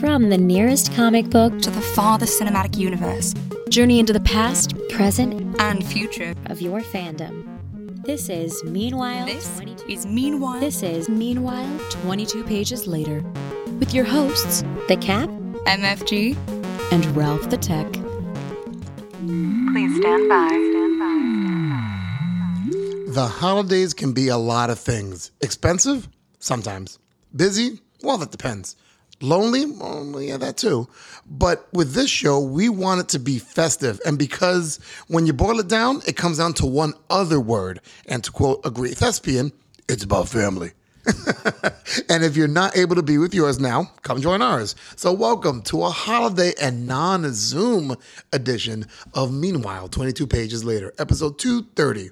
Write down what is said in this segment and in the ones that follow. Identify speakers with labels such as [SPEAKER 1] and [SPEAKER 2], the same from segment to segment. [SPEAKER 1] From the nearest comic book
[SPEAKER 2] to the farthest cinematic universe
[SPEAKER 1] journey into the past, present,
[SPEAKER 2] and future
[SPEAKER 1] of your fandom. This is Meanwhile
[SPEAKER 2] This
[SPEAKER 1] 22.
[SPEAKER 2] is Meanwhile.
[SPEAKER 1] This is Meanwhile
[SPEAKER 3] 22 pages later, with your hosts,
[SPEAKER 1] the Cap
[SPEAKER 2] MFG.
[SPEAKER 3] and Ralph the Tech.
[SPEAKER 4] Please stand by. Stand by.
[SPEAKER 5] The holidays can be a lot of things. Expensive? Sometimes. Busy? Well, that depends. Lonely? Well, yeah, that too. But with this show, we want it to be festive. And because when you boil it down, it comes down to one other word. And to quote a great thespian, it's about family. and if you're not able to be with yours now, come join ours. So, welcome to a holiday and non Zoom edition of Meanwhile 22 Pages Later, episode 230.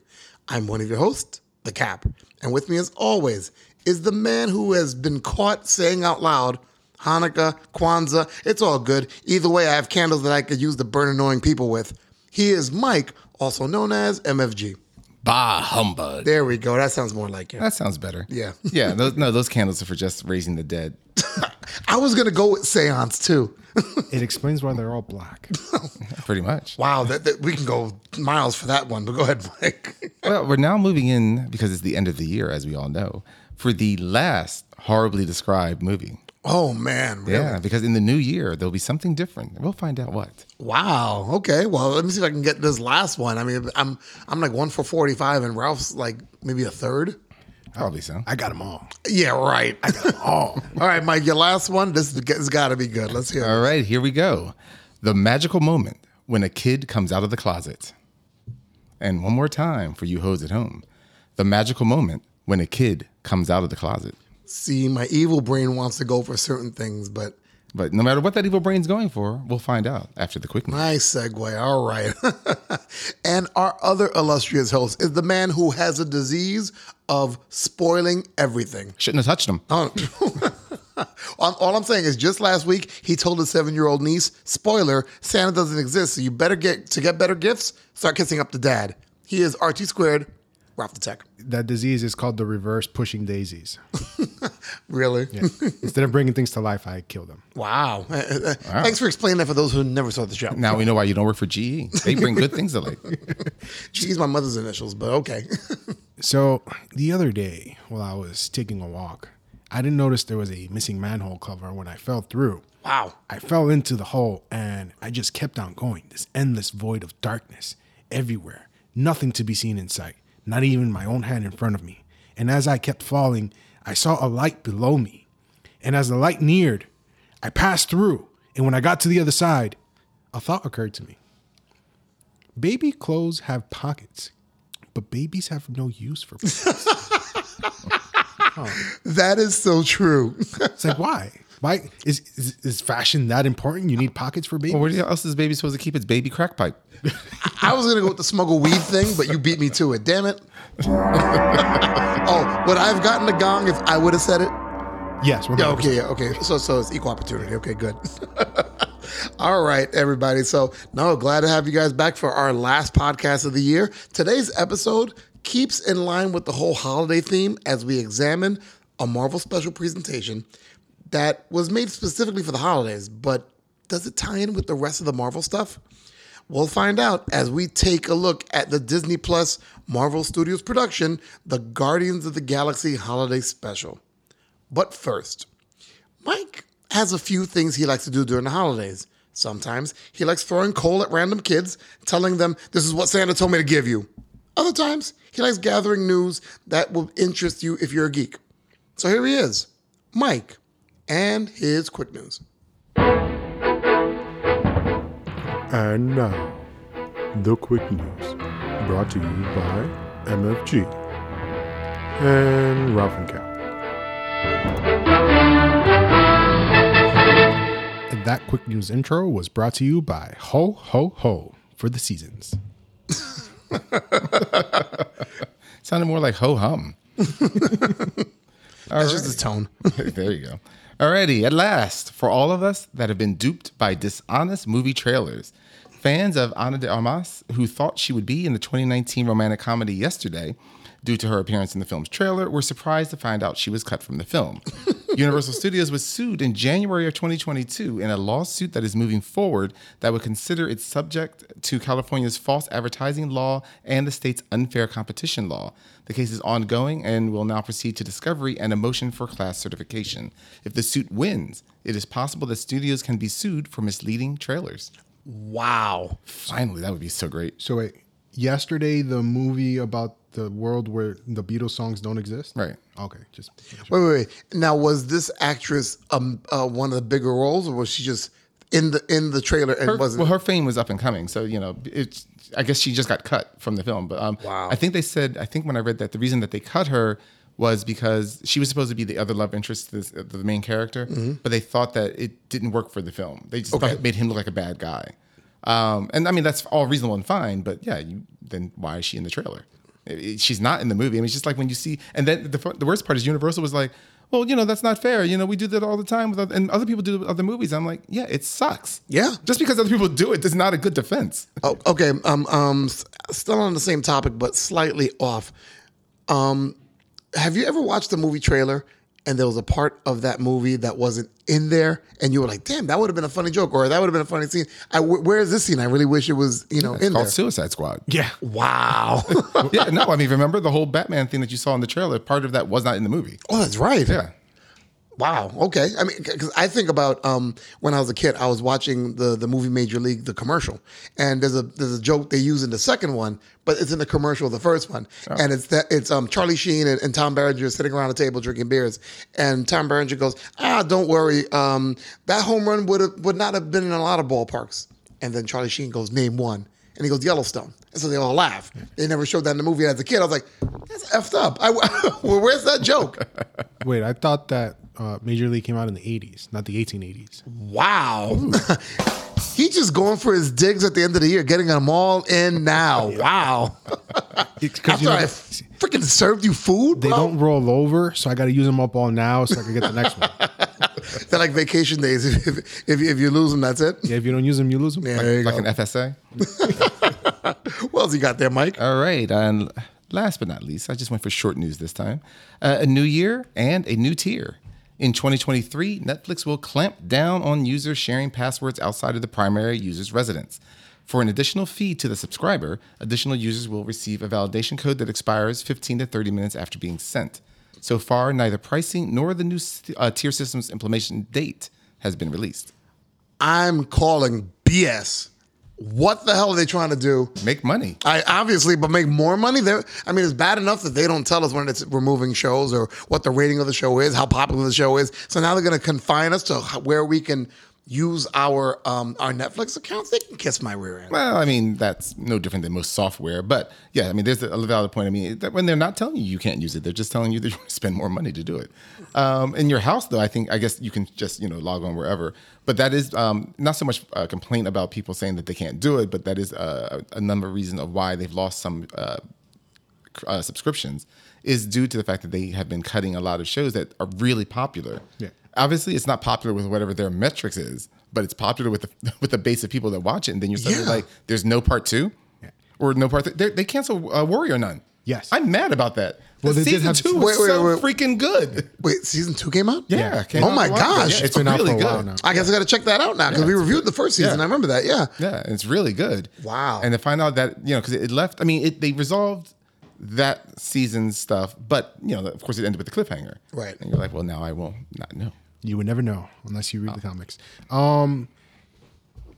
[SPEAKER 5] I'm one of your hosts, The Cap. And with me, as always, is the man who has been caught saying out loud, Hanukkah, Kwanzaa, it's all good. Either way, I have candles that I could use to burn annoying people with. He is Mike, also known as MFG.
[SPEAKER 6] Bah humbug.
[SPEAKER 5] There we go. That sounds more like it.
[SPEAKER 6] That sounds better.
[SPEAKER 5] Yeah.
[SPEAKER 6] Yeah. Those, no, those candles are for just raising the dead.
[SPEAKER 5] I was going to go with seance too.
[SPEAKER 7] It explains why they're all black.
[SPEAKER 6] Pretty much.
[SPEAKER 5] Wow, that, that we can go miles for that one. But go ahead, Mike.
[SPEAKER 6] Well, we're now moving in because it's the end of the year, as we all know, for the last horribly described movie.
[SPEAKER 5] oh man, really?
[SPEAKER 6] Yeah. Because in the new year, there'll be something different. We'll find out what.
[SPEAKER 5] Wow. Okay. Well, let me see if I can get this last one. I mean, I'm I'm like one for forty five, and Ralph's like maybe a third.
[SPEAKER 6] Probably so.
[SPEAKER 7] I got them all.
[SPEAKER 5] Yeah, right. all right, Mike. Your last one. This has got to be good. Let's hear.
[SPEAKER 7] Uh,
[SPEAKER 6] All
[SPEAKER 5] it.
[SPEAKER 6] right. Here we go. The magical moment when a kid comes out of the closet. And one more time for you hoes at home. The magical moment when a kid comes out of the closet.
[SPEAKER 5] See, my evil brain wants to go for certain things, but
[SPEAKER 6] But no matter what that evil brain's going for, we'll find out after the quick news.
[SPEAKER 5] Nice segue. All right. and our other illustrious host is the man who has a disease of spoiling everything.
[SPEAKER 6] Shouldn't have touched him.
[SPEAKER 5] Oh. All all I'm saying is, just last week he told his seven-year-old niece, "Spoiler: Santa doesn't exist, so you better get to get better gifts. Start kissing up to Dad. He is RT squared. Ralph the Tech.
[SPEAKER 7] That disease is called the reverse pushing daisies.
[SPEAKER 5] Really?
[SPEAKER 7] Instead of bringing things to life, I kill them.
[SPEAKER 5] Wow. Thanks for explaining that for those who never saw the show.
[SPEAKER 6] Now we know why you don't work for GE. They bring good things to light.
[SPEAKER 5] She's my mother's initials, but okay.
[SPEAKER 7] So the other day, while I was taking a walk, I didn't notice there was a missing manhole cover when I fell through.
[SPEAKER 5] wow.
[SPEAKER 7] I fell into the hole and I just kept on going, this endless void of darkness everywhere, nothing to be seen in sight, not even my own hand in front of me. And as I kept falling, I saw a light below me. And as the light neared, I passed through. And when I got to the other side, a thought occurred to me Baby clothes have pockets, but babies have no use for pockets.
[SPEAKER 5] That is so true.
[SPEAKER 7] it's like, why? Why is, is, is fashion that important? You need pockets for babies?
[SPEAKER 6] Well, where else is baby supposed to keep its baby crack pipe?
[SPEAKER 5] I was gonna go with the smuggle weed thing, but you beat me to it. Damn it. oh, would I have gotten the gong if I would have said it?
[SPEAKER 7] Yes.
[SPEAKER 5] Yeah,
[SPEAKER 7] 100%.
[SPEAKER 5] okay, yeah, okay. So so it's equal opportunity. Okay, good. All right, everybody. So no, glad to have you guys back for our last podcast of the year. Today's episode keeps in line with the whole holiday theme as we examine a Marvel special presentation that was made specifically for the holidays, but does it tie in with the rest of the Marvel stuff? We'll find out as we take a look at the Disney Plus Marvel Studios production, The Guardians of the Galaxy Holiday Special. But first, Mike has a few things he likes to do during the holidays. Sometimes he likes throwing coal at random kids, telling them, This is what Santa told me to give you. Other times, he likes gathering news that will interest you if you're a geek. So here he is, Mike, and his quick news.
[SPEAKER 8] And now, the quick news brought to you by MFG and Ralph and Cap.
[SPEAKER 7] And that quick news intro was brought to you by Ho Ho Ho for the seasons.
[SPEAKER 6] Sounded more like ho hum.
[SPEAKER 5] That's just his tone.
[SPEAKER 6] there you go. Alrighty, at last, for all of us that have been duped by dishonest movie trailers, fans of Ana de Armas, who thought she would be in the 2019 romantic comedy yesterday, due to her appearance in the film's trailer, were surprised to find out she was cut from the film. Universal Studios was sued in January of 2022 in a lawsuit that is moving forward that would consider it subject to California's false advertising law and the state's unfair competition law. The case is ongoing and will now proceed to discovery and a motion for class certification. If the suit wins, it is possible that studios can be sued for misleading trailers.
[SPEAKER 5] Wow.
[SPEAKER 6] Finally, that would be so great.
[SPEAKER 9] So wait, yesterday the movie about the world where the Beatles songs don't exist.
[SPEAKER 6] Right.
[SPEAKER 9] Okay. Just making sure.
[SPEAKER 5] Wait, wait, wait. Now, was this actress um, uh, one of the bigger roles, or was she just in the in the trailer and
[SPEAKER 6] Her,
[SPEAKER 5] wasn't?
[SPEAKER 6] well, her fame was up and coming, so you know, it's. I guess she just got cut from the film, but um, I think they said. I think when I read that, the reason that they cut her was because she was supposed to be the other love interest, this, uh, the main character,
[SPEAKER 5] Mm-hmm.
[SPEAKER 6] but they thought that it didn't work for the film. They just thought it made him look like a bad guy. Um, and I mean, that's all reasonable and fine, but yeah, you, then why is she in the trailer? It- it- she's not in the movie. I mean, it's just like when you see, and then the, fu- the worst part is Universal was like, well, you know, that's not fair. You know, we do that all the time with other, and other people do it with other movies. I'm like, yeah, it sucks.
[SPEAKER 5] Yeah.
[SPEAKER 6] Just because other people do it is not a good defense.
[SPEAKER 5] Oh, okay. Um, um, s- still on the same topic, but slightly off. Um, have you ever watched the movie trailer and there was a part of that movie that wasn't in there, and you were like, "Damn, that would have been a funny joke," or "That would have been a funny scene." I, wh- where is this scene? I really wish it was, you know,
[SPEAKER 6] It's
[SPEAKER 5] in there.
[SPEAKER 6] called Suicide Squad.
[SPEAKER 7] Yeah.
[SPEAKER 5] wow. oh,
[SPEAKER 6] yeah, no, I mean, remember the whole Batman thing that you saw in the trailer? Part of that was not in the movie.
[SPEAKER 5] that's right.
[SPEAKER 6] Yeah.
[SPEAKER 5] Wow. Okay. I mean, because I think about um, when I was a kid, I was watching the the movie Major League, the commercial, and there's a there's a joke they use in the second one, but it's in the commercial of the first one, and it's that it's um, Charlie Sheen and, and Tom Berenger sitting around a table drinking beers, and Tom Berenger goes, Ah, don't worry, um, that home run would have would not have been in a lot of ballparks, and then Charlie Sheen goes, Name one. And he goes Yellowstone, and so they all laugh. They never showed that in the movie. And as a kid, I was like, "That's effed up." I, where's that joke?
[SPEAKER 7] Wait, I thought that uh, Major League came out in the 80s, not the 1880s.
[SPEAKER 5] Wow. he just going for his digs at the end of the year, getting them all in now. Wow. After
[SPEAKER 7] you know,
[SPEAKER 5] I freaking served you food,
[SPEAKER 7] They
[SPEAKER 5] bro?
[SPEAKER 7] don't roll over, so I got to use them up all now so I can get the next one.
[SPEAKER 5] They're like vacation days. If, if, if, you- if you lose them, that's it.
[SPEAKER 7] Yeah, if you don't use them, you lose them.
[SPEAKER 5] Yeah, there you
[SPEAKER 6] Like
[SPEAKER 5] go.
[SPEAKER 6] an FSA.
[SPEAKER 5] What else you got there, Mike?
[SPEAKER 6] All right. And last but not least, I just went for short news this time. Uh, a new year and a new tier. In 2023, Netflix will clamp down on users sharing passwords outside of the primary user's residence. For an additional fee to the subscriber, additional users will receive a validation code that expires 15 to 30 minutes after being sent. So far, neither pricing nor the new uh, tier system's implementation date has been released.
[SPEAKER 5] I'm calling BS. What the hell are they trying to do?
[SPEAKER 6] Make money.
[SPEAKER 5] I obviously, but make more money. There, I mean, it's bad enough that they don't tell us when it's removing shows or what the rating of the show is, how popular the show is. So now they're going to confine us to h- where we can use our um, our Netflix accounts. They can kiss my rear end.
[SPEAKER 6] Well, I mean, that's no different than most software. But yeah, I mean, there's a valid point. I mean, that when they're not telling you you can't use it, they're just telling you that you spend more money to do it. Um, in your house, though, I think, I guess you can just, you know, log on wherever. But that is um, not so much a complaint about people saying that they can't do it, but that is a, a number of reason of why they've lost some uh, uh, subscriptions is due to the fact that they have been cutting a lot of shows that are really popular.
[SPEAKER 7] Yeah.
[SPEAKER 6] Obviously, it's not popular with whatever their metrics is, but it's popular with the, with the base of people that watch it. And then you're suddenly
[SPEAKER 5] Yeah.
[SPEAKER 6] like, there's no part two or no part three. They, they cancel uh, Warrior Nun.
[SPEAKER 7] Yes.
[SPEAKER 6] I'm mad about that. Well,
[SPEAKER 7] Well, they did
[SPEAKER 6] season
[SPEAKER 7] have-
[SPEAKER 6] two was
[SPEAKER 5] Wait, wait,
[SPEAKER 6] so
[SPEAKER 5] wait.
[SPEAKER 6] freaking good.
[SPEAKER 5] Wait, season two came out.
[SPEAKER 6] Yeah. it came
[SPEAKER 5] Oh
[SPEAKER 6] out
[SPEAKER 5] my
[SPEAKER 6] a while ago.
[SPEAKER 5] gosh. It's
[SPEAKER 6] Yeah, it's
[SPEAKER 7] been out for
[SPEAKER 6] really
[SPEAKER 7] a while
[SPEAKER 6] good.
[SPEAKER 7] now.
[SPEAKER 5] I guess I got to check that out now because we
[SPEAKER 6] it's
[SPEAKER 5] reviewed the first season.
[SPEAKER 6] Yeah.
[SPEAKER 5] I remember that. Yeah.
[SPEAKER 6] Yeah, it's really good.
[SPEAKER 5] Wow.
[SPEAKER 6] And to find out that you know, because it left. I mean, it, they resolved that season's stuff, but you know, of course, it ended with a cliffhanger.
[SPEAKER 5] Right.
[SPEAKER 6] And you're like, well, now I will not know.
[SPEAKER 7] You would never know unless you read the
[SPEAKER 6] Oh.
[SPEAKER 7] comics. Um,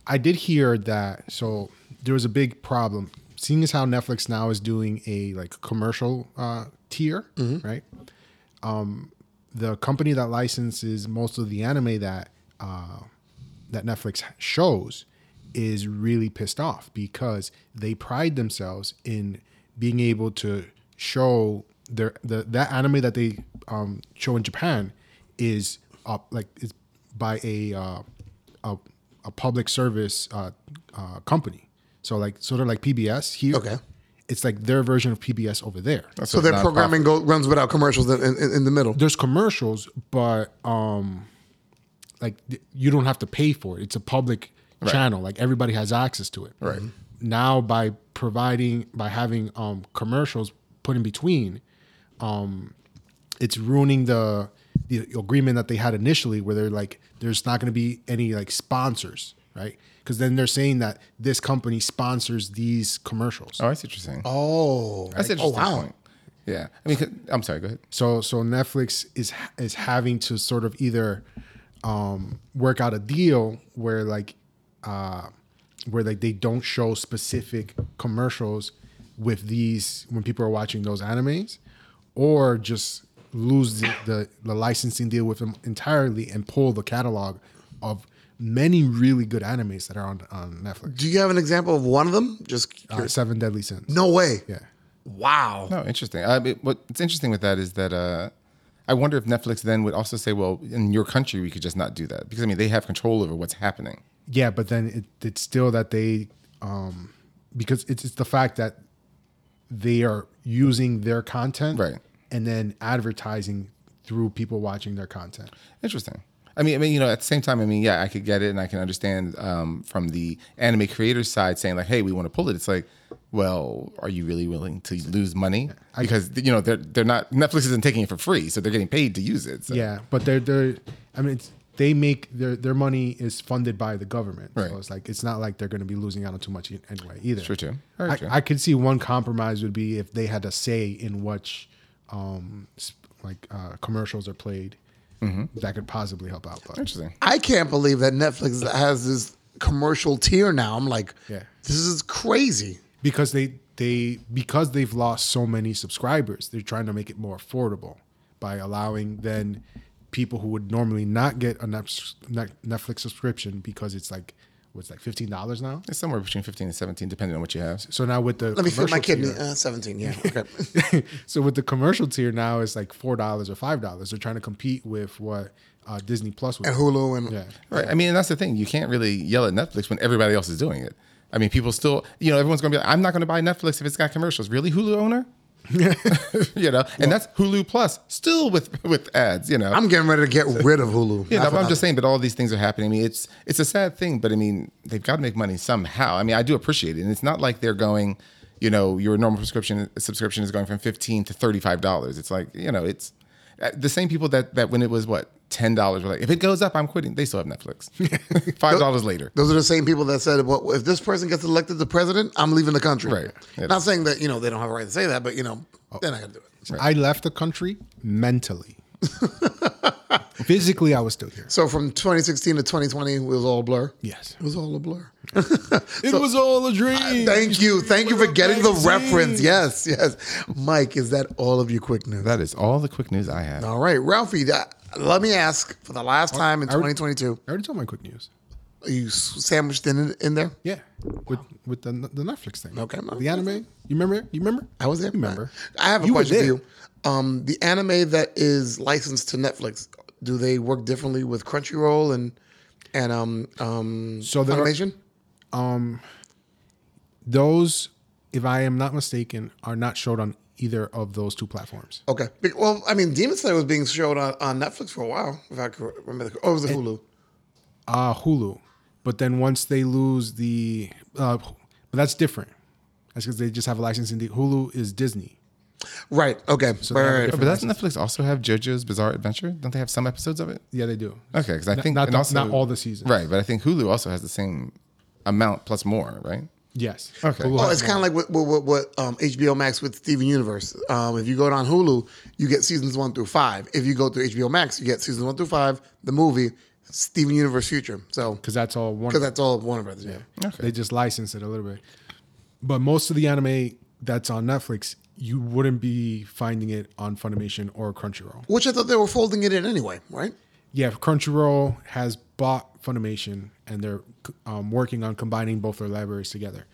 [SPEAKER 7] I did hear that. So there was a big problem. Seeing as how Netflix now is doing a like commercial uh, tier,
[SPEAKER 6] Mm-hmm.
[SPEAKER 7] right? Um, the company that licenses most of the anime that uh, that Netflix shows is really pissed off because they pride themselves in being able to show their the that anime that they um, show in Japan is up like is by a uh, a, a public service uh, uh, company. So like sort of like PBS here.
[SPEAKER 5] Okay.
[SPEAKER 7] It's like their version of PBS over there.
[SPEAKER 5] So their programming go, runs without commercials in, in, in the middle.
[SPEAKER 7] There's commercials, but um, like th- you don't have to pay for it. It's a public channel. Like everybody has access to it. Right. Now by providing by having um commercials put in between, um, it's ruining the the agreement that they had initially, where they're like, there's not going to be any like sponsors, right? Because then they're saying that this company sponsors these commercials.
[SPEAKER 6] Oh, that's interesting.
[SPEAKER 5] Oh,
[SPEAKER 6] that's an
[SPEAKER 5] oh
[SPEAKER 6] interesting
[SPEAKER 5] wow.
[SPEAKER 6] point. Yeah. I mean, 'cause- I'm sorry. Go ahead.
[SPEAKER 7] So so Netflix is is having to sort of either um, work out a deal where like uh, where like they don't show specific commercials with these when people are watching those animes, or just lose the, the, the licensing deal with them entirely and pull the catalog of many really good animes that are on, on Netflix.
[SPEAKER 5] Do you have an example of one of them? Just
[SPEAKER 7] Uh,
[SPEAKER 5] curious.
[SPEAKER 7] Seven Deadly Sins.
[SPEAKER 5] no way.
[SPEAKER 7] Yeah.
[SPEAKER 5] Wow.
[SPEAKER 6] No, Oh, interesting. I mean, what's interesting with that is that uh, I wonder if Netflix then would also say, well, in your country, we could just not do that because I mean, they have control over what's happening.
[SPEAKER 7] Yeah, but then it, it's still that they, um, because it's, it's the fact that they are using their content
[SPEAKER 6] Right.
[SPEAKER 7] and then advertising through people watching their content.
[SPEAKER 6] Interesting. I mean, I mean, you know, at the same time, I mean, yeah, I could get it, and I can understand um, from the anime creators' side saying like, "Hey, we want to pull it." It's like, well, are you really willing to lose money? Because you know they're they're not Netflix isn't taking it for free, so they're getting paid to use it. So.
[SPEAKER 7] Yeah, but they're they're, I mean, it's, they make their their money is funded by the government,
[SPEAKER 6] Right.
[SPEAKER 7] so it's like it's not like they're going to be losing out on too much e- anyway either.
[SPEAKER 6] True, too. Very
[SPEAKER 7] I,
[SPEAKER 6] true.
[SPEAKER 7] I could see one compromise would be if they had a say in which, um, sp- like uh, commercials are played. That could possibly help out, but
[SPEAKER 6] Mm-hmm. Interesting.
[SPEAKER 5] I can't believe that Netflix has this commercial tier now. I'm like,
[SPEAKER 7] Yeah.
[SPEAKER 5] this is crazy.
[SPEAKER 7] because they they because they've lost so many subscribers they're trying to make it more affordable by allowing then people who would normally not get a Nef- Net- netflix subscription because it's like what's like $15 now
[SPEAKER 6] It's somewhere between fifteen and seventeen, depending on what you have.
[SPEAKER 7] so now with the
[SPEAKER 5] Let me feel my
[SPEAKER 7] commercial
[SPEAKER 5] kidney.
[SPEAKER 7] tier-
[SPEAKER 5] Uh, 17. Yeah. Okay.
[SPEAKER 7] so with the commercial tier now it's like $4 or $5 they're trying to compete with what uh, disney plus was
[SPEAKER 5] and Hulu and
[SPEAKER 7] yeah
[SPEAKER 6] Right. I mean, and that's the thing. You can't really yell at Netflix when everybody else is doing it. I mean, people still, you know, everyone's going to be like, I'm not going to buy Netflix if it's got commercials. Really, Hulu owner? you know, and that's Hulu Plus, still with with ads. You know,
[SPEAKER 5] I'm getting ready to get rid of Hulu.
[SPEAKER 6] yeah,
[SPEAKER 5] Not
[SPEAKER 6] but
[SPEAKER 5] for
[SPEAKER 6] I'm just
[SPEAKER 5] nothing.
[SPEAKER 6] saying. But all these things are happening. I mean, it's it's a sad thing, but I mean, they've got to make money somehow. I mean, I do appreciate it, and it's not like they're going, you know, your normal prescription subscription is going from fifteen to thirty five dollars. It's like you know, it's uh, the same people that that when it was what ten dollars were like, if it goes up, I'm quitting. They still have Netflix. Five dollars later.
[SPEAKER 5] Those are the same people that said, well, if this person gets elected to president, I'm leaving the country.
[SPEAKER 6] Right. Yeah.
[SPEAKER 5] Not saying that, you know, they don't have a right to say that, but, you know, they're not going to do it.
[SPEAKER 7] i left the country mentally physically i was still here
[SPEAKER 5] So from 2016 to 2020, it was all a blur.
[SPEAKER 7] yes
[SPEAKER 5] It was all a blur.
[SPEAKER 7] it was all a dream
[SPEAKER 5] Thank you. Thank you for getting the reference. Yes, yes. Mike, is that all of your quick news?
[SPEAKER 6] That is all the quick news I have.
[SPEAKER 5] All right, Ralphie, that, let me ask for the last time in 2022,
[SPEAKER 7] Oh, i already told my quick news
[SPEAKER 5] are you s- sandwiched in in there?
[SPEAKER 7] Yeah, with with the the Netflix thing.
[SPEAKER 5] Okay, no,
[SPEAKER 7] the anime. You remember? You remember?
[SPEAKER 5] I was there.
[SPEAKER 7] Remember?
[SPEAKER 5] I have a
[SPEAKER 7] You were
[SPEAKER 5] question for
[SPEAKER 7] there.
[SPEAKER 5] you. Um, the anime that is licensed to Netflix, do they work differently with Crunchyroll and and um um
[SPEAKER 7] So there are-
[SPEAKER 5] animation?
[SPEAKER 7] Those, if I am not mistaken, are not showed on either of those two platforms.
[SPEAKER 5] Okay. Be- Well, I mean, Demon Slayer was being showed on, on Netflix for a while. If I could remember, the, oh, it was a Hulu.
[SPEAKER 7] Uh Hulu, but then once they lose the, uh, but that's different. That's because they just have a license. In the Hulu is Disney.
[SPEAKER 5] Right. Okay.
[SPEAKER 7] they
[SPEAKER 5] right,
[SPEAKER 7] have a
[SPEAKER 5] right, right.
[SPEAKER 6] Oh, But doesn't Netflix also have JoJo's Bizarre Adventure? Don't they have some episodes of it?
[SPEAKER 7] Yeah, they do.
[SPEAKER 6] Okay, because I
[SPEAKER 7] Not-
[SPEAKER 6] think
[SPEAKER 7] not,
[SPEAKER 6] and
[SPEAKER 7] the-
[SPEAKER 6] also-
[SPEAKER 7] not all the seasons.
[SPEAKER 6] Right, but I think Hulu also has the same amount plus more, right?
[SPEAKER 7] Yes.
[SPEAKER 6] Okay.
[SPEAKER 7] Hulu
[SPEAKER 5] Oh,
[SPEAKER 7] has
[SPEAKER 5] it's kind of like what what, what, what um, HBO Max with Steven Universe. Um, if you go on Hulu, you get seasons one through five. If you go to HBO Max, you get seasons one through five. The movie Steven Universe Future. So
[SPEAKER 7] because that's all one.
[SPEAKER 5] because that's all Warner Brothers. Yeah.
[SPEAKER 7] They just license it a little bit. But most of the anime that's on Netflix, you wouldn't be finding it on Funimation or Crunchyroll.
[SPEAKER 5] Which I thought they were folding it in anyway, right?
[SPEAKER 7] Yeah, Crunchyroll has bought Funimation and they're um, working on combining both their libraries together.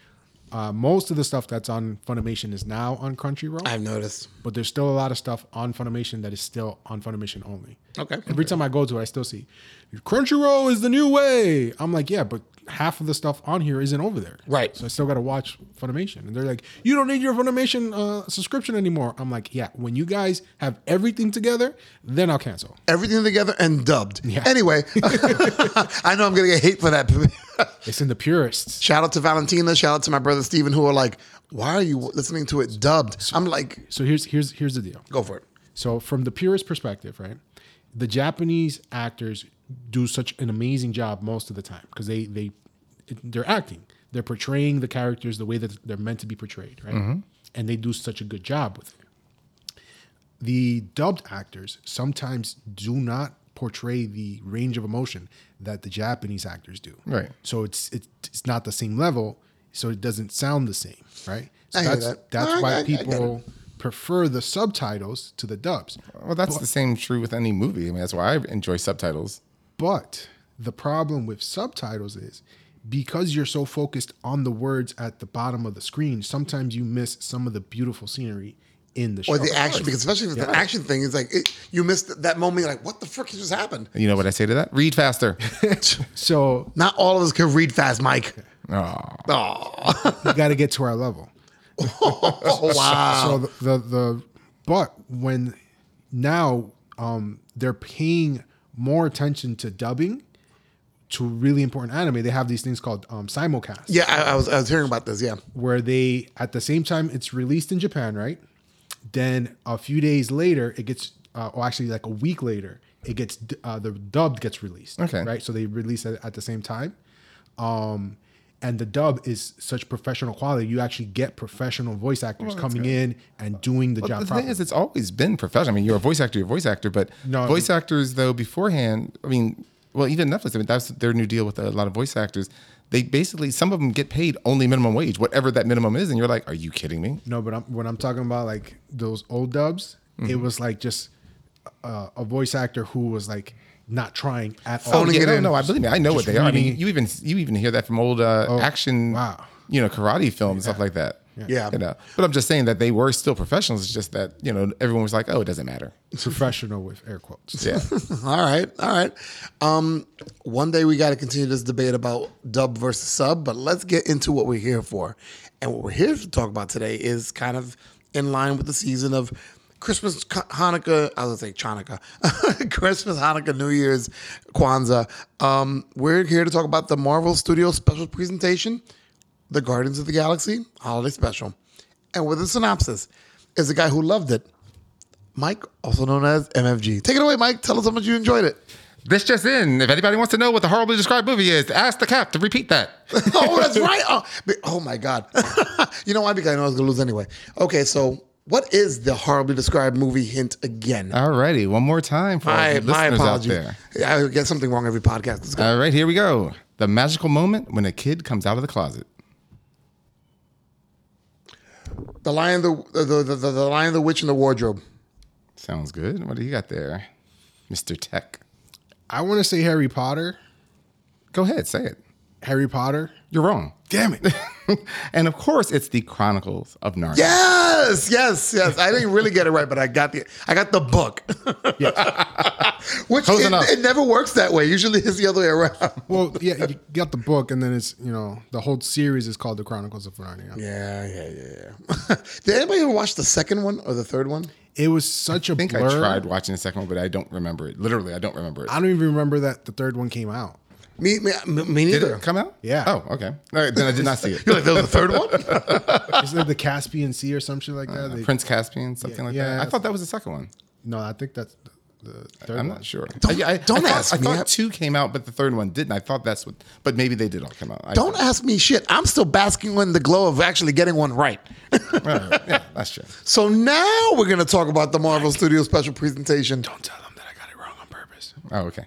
[SPEAKER 7] Uh, most of the stuff that's on Funimation is now on Crunchyroll,
[SPEAKER 5] I've noticed.
[SPEAKER 7] but there's still a lot of stuff on Funimation that is still on Funimation only.
[SPEAKER 5] Okay.
[SPEAKER 7] Every time I go to it, I still see Crunchyroll is the new way. I'm like, yeah, but half of the stuff on here isn't over there.
[SPEAKER 5] Right.
[SPEAKER 7] So I still got to watch Funimation. And they're like, you don't need your Funimation uh, subscription anymore. I'm like, yeah, when you guys have everything together, then I'll cancel.
[SPEAKER 5] Everything together and dubbed. Anyway, I know I'm gonna get hate for that.
[SPEAKER 7] It's in the purists.
[SPEAKER 5] shout out to Valentina. Shout out to my brother Steven, who are like, "Why are you listening to it dubbed?" I'm like,
[SPEAKER 7] So here's here's here's the deal.
[SPEAKER 5] "Go for it."
[SPEAKER 7] So from the purist perspective, right? the Japanese actors do such an amazing job most of the time because they they they're acting, they're portraying the characters the way that they're meant to be portrayed, right? And they do such a good job with it. The dubbed actors sometimes do not portray the range of emotion that the Japanese actors do.
[SPEAKER 6] Right.
[SPEAKER 7] So it's it's, it's not the same level, so it doesn't sound the same, right? So
[SPEAKER 5] I hear
[SPEAKER 7] that's
[SPEAKER 5] that.
[SPEAKER 7] that's
[SPEAKER 5] No, I-
[SPEAKER 7] why
[SPEAKER 5] I- I get it.
[SPEAKER 7] people prefer the subtitles to the dubs.
[SPEAKER 6] Well, that's the same true with any movie. I mean, that's why I enjoy subtitles.
[SPEAKER 7] But the problem with subtitles is because you're so focused on the words at the bottom of the screen, sometimes you miss some of the beautiful scenery in the show.
[SPEAKER 5] Or the action, because especially with the action thing, it's like it, you missed that moment. You're like, what the frick just happened?
[SPEAKER 6] You know what I say to that? Read faster.
[SPEAKER 7] So
[SPEAKER 5] Not all of us can read fast, Mike.
[SPEAKER 6] Aw.
[SPEAKER 5] Oh,
[SPEAKER 7] we got to get to our level.
[SPEAKER 5] wow.
[SPEAKER 7] So the, the the but when now um they're paying more attention to dubbing to really important anime, they have these things called um, simulcast.
[SPEAKER 5] Yeah, I, I was I was hearing about this. Yeah,
[SPEAKER 7] where they at the same time it's released in Japan, right? Then a few days later, it gets, uh, or actually like a week later, it gets d- uh, the dubbed gets released.
[SPEAKER 6] Okay.
[SPEAKER 7] right? So they release it at the same time, um, and the dub is such professional quality. You actually get professional voice actors
[SPEAKER 6] Oh,
[SPEAKER 7] coming in and doing the job
[SPEAKER 6] the
[SPEAKER 7] properly.
[SPEAKER 6] thing is, it's always been professional. I mean, you're a voice actor, you're a voice actor, but
[SPEAKER 7] No, I
[SPEAKER 6] voice actors, though, beforehand, I mean, well, even Netflix, I mean, that's their new deal with a lot of voice actors. They basically, some of them get paid only minimum wage, whatever that minimum is. And you're like, are you kidding me?
[SPEAKER 7] No, but I'm, when I'm talking about like those old dubs, it
[SPEAKER 6] Mm-hmm.
[SPEAKER 7] was like just uh, a voice actor who was like not trying at all.
[SPEAKER 5] Phoning
[SPEAKER 6] Oh, yeah,
[SPEAKER 5] it
[SPEAKER 6] no,
[SPEAKER 5] in.
[SPEAKER 6] no, I believe me. I know what
[SPEAKER 7] Just
[SPEAKER 6] they are. I mean,
[SPEAKER 7] reading-
[SPEAKER 6] you even you even hear that from old uh, action,
[SPEAKER 7] wow.
[SPEAKER 6] you know, karate films, stuff like that.
[SPEAKER 5] Oh, Yeah.
[SPEAKER 6] You know, but I'm just saying that they were still professionals. It's just that you know everyone was like, oh, it doesn't matter.
[SPEAKER 7] professional with air quotes.
[SPEAKER 6] Yeah.
[SPEAKER 5] all right, all right. Um, one day we got to continue this debate about dub versus sub, but let's get into what we're here for. And what we're here to talk about today is kind of in line with the season of Christmas, Ka- Hanukkah. I was gonna say Chanukah, Christmas, Hanukkah, New Year's, Kwanzaa. Um, we're here to talk about the Marvel Studios special presentation, the Guardians of the Galaxy Holiday Special, and with a synopsis is the guy who loved it. Mike, also known as MFG. Take it away, Mike. Tell us how much you enjoyed it.
[SPEAKER 6] this just in. If anybody wants to know what the horribly described movie is, ask the cap to repeat that.
[SPEAKER 5] oh, that's right. Oh, be- oh my God. you know why? Because I know I was going to lose anyway. Okay, so what is the horribly described movie hint again?
[SPEAKER 6] Alrighty, one more time for
[SPEAKER 5] my,
[SPEAKER 6] our
[SPEAKER 5] my
[SPEAKER 6] listeners out
[SPEAKER 5] apology.
[SPEAKER 6] there.
[SPEAKER 5] I get something wrong every podcast. Let's go.
[SPEAKER 6] All right, here we go. The magical moment when a kid comes out of the closet.
[SPEAKER 5] the Lion, the, the, the, the, the Lion, the Witch, and the Wardrobe.
[SPEAKER 6] Sounds good. What do you got there, Mister Tech?
[SPEAKER 7] I want to say Harry Potter.
[SPEAKER 6] Go ahead, say it.
[SPEAKER 7] Harry Potter.
[SPEAKER 6] You're wrong.
[SPEAKER 7] Damn it.
[SPEAKER 6] and of course, it's the Chronicles of Narnia.
[SPEAKER 5] Yes, yes, yes. I didn't really get it right, but I got the I got the book. Which
[SPEAKER 6] Close
[SPEAKER 5] it,
[SPEAKER 6] enough.
[SPEAKER 5] it never works that way. Usually it's the other way around.
[SPEAKER 7] well, yeah, you got the book, and then it's, you know, the whole series is called The Chronicles of Narnia.
[SPEAKER 5] Yeah, yeah, yeah, yeah. Did anybody ever watch the second one or the third one?
[SPEAKER 7] It was such a
[SPEAKER 6] I think
[SPEAKER 7] blur.
[SPEAKER 6] I tried watching the second one, but I don't remember it. Literally, I don't remember it.
[SPEAKER 7] I don't even remember that the third one came out.
[SPEAKER 5] Me, me, me me
[SPEAKER 6] did
[SPEAKER 5] neither.
[SPEAKER 6] it come out?
[SPEAKER 7] Yeah.
[SPEAKER 6] Oh, okay. All right, then I did not see it.
[SPEAKER 5] You're like, there was a third one?
[SPEAKER 7] Isn't it the Caspian Sea or some shit like that? They-
[SPEAKER 6] Uh, Prince Caspian, something like
[SPEAKER 7] yeah.
[SPEAKER 6] that. I thought that was the second one.
[SPEAKER 7] no, I think that's the, the third
[SPEAKER 6] I'm
[SPEAKER 7] one.
[SPEAKER 6] not sure.
[SPEAKER 5] Don't-
[SPEAKER 6] I, I,
[SPEAKER 5] don't
[SPEAKER 6] I thought,
[SPEAKER 5] ask
[SPEAKER 6] I
[SPEAKER 5] me.
[SPEAKER 6] thought two came out, but the third one didn't. I thought that's what. But maybe they did all come out. I
[SPEAKER 5] Don't ask me shit. I'm still basking in the glow of actually getting one right.
[SPEAKER 6] Right, yeah, that's true.
[SPEAKER 5] So now we're going to talk about the Marvel Studios special presentation,
[SPEAKER 7] Don't tell them that I got it wrong on purpose.
[SPEAKER 6] Oh, okay.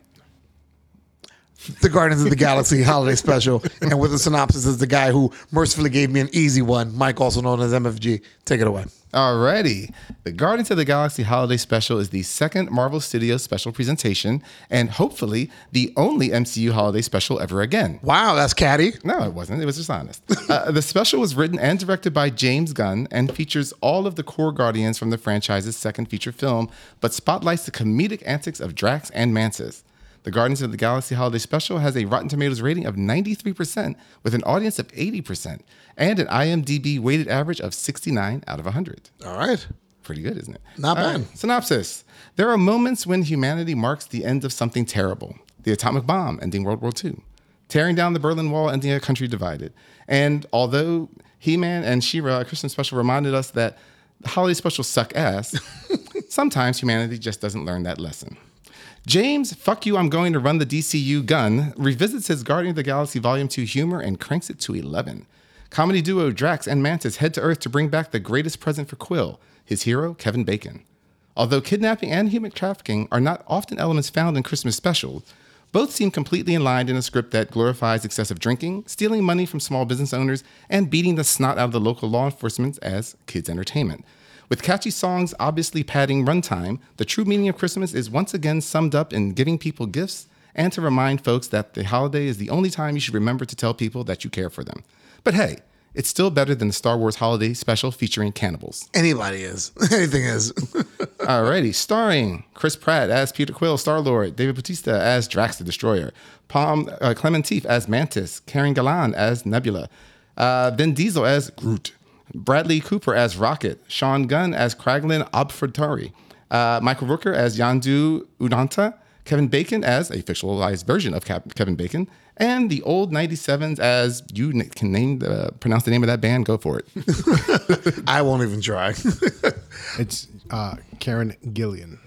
[SPEAKER 5] the Guardians of the Galaxy holiday special. And with the synopsis is the guy who mercifully gave me an easy one, Mike, also known as MFG. Take it away.
[SPEAKER 6] Alrighty. The Guardians of the Galaxy Holiday Special is the second Marvel Studios special presentation, and hopefully the only MCU holiday special ever again.
[SPEAKER 5] Wow, that's catty.
[SPEAKER 6] No, it wasn't. It was just honest. Uh, the special was written and directed by James Gunn and features all of the core Guardians from the franchise's second feature film, but spotlights the comedic antics of Drax and Mantis. The Guardians of the Galaxy Holiday Special has a Rotten Tomatoes rating of 93% with an audience of 80% and an IMDb weighted average of 69 out of 100.
[SPEAKER 5] All right.
[SPEAKER 6] Pretty good, isn't it?
[SPEAKER 5] Not bad.
[SPEAKER 6] Synopsis There are moments when humanity marks the end of something terrible the atomic bomb ending World War II, tearing down the Berlin Wall, ending a country divided. And although He Man and She Ra, a Christmas special, reminded us that holiday specials suck ass, sometimes humanity just doesn't learn that lesson. James, fuck you, I'm going to run the DCU gun, revisits his Guardian of the Galaxy Volume 2 humor and cranks it to 11. Comedy duo Drax and Mantis head to Earth to bring back the greatest present for Quill, his hero, Kevin Bacon. Although kidnapping and human trafficking are not often elements found in Christmas specials, both seem completely in line in a script that glorifies excessive drinking, stealing money from small business owners, and beating the snot out of the local law enforcement as kids' entertainment. With catchy songs obviously padding runtime, the true meaning of Christmas is once again summed up in giving people gifts and to remind folks that the holiday is the only time you should remember to tell people that you care for them. But hey, it's still better than the Star Wars holiday special featuring cannibals.
[SPEAKER 5] Anybody is. Anything is.
[SPEAKER 6] Alrighty, starring Chris Pratt as Peter Quill, Star Lord, David Bautista as Drax the Destroyer, Palm uh, Clementif as Mantis, Karen Galan as Nebula, uh, Vin Diesel as Groot, Bradley Cooper as Rocket, Sean Gunn as Kraglin Obfratari, uh, Michael Rooker as Yandu Udanta, Kevin Bacon as a fictionalized version of Cap- Kevin Bacon, and the old 97s as you n- can name the, pronounce the name of that band, go for it.
[SPEAKER 5] I won't even try.
[SPEAKER 7] It's uh, Karen Gillian.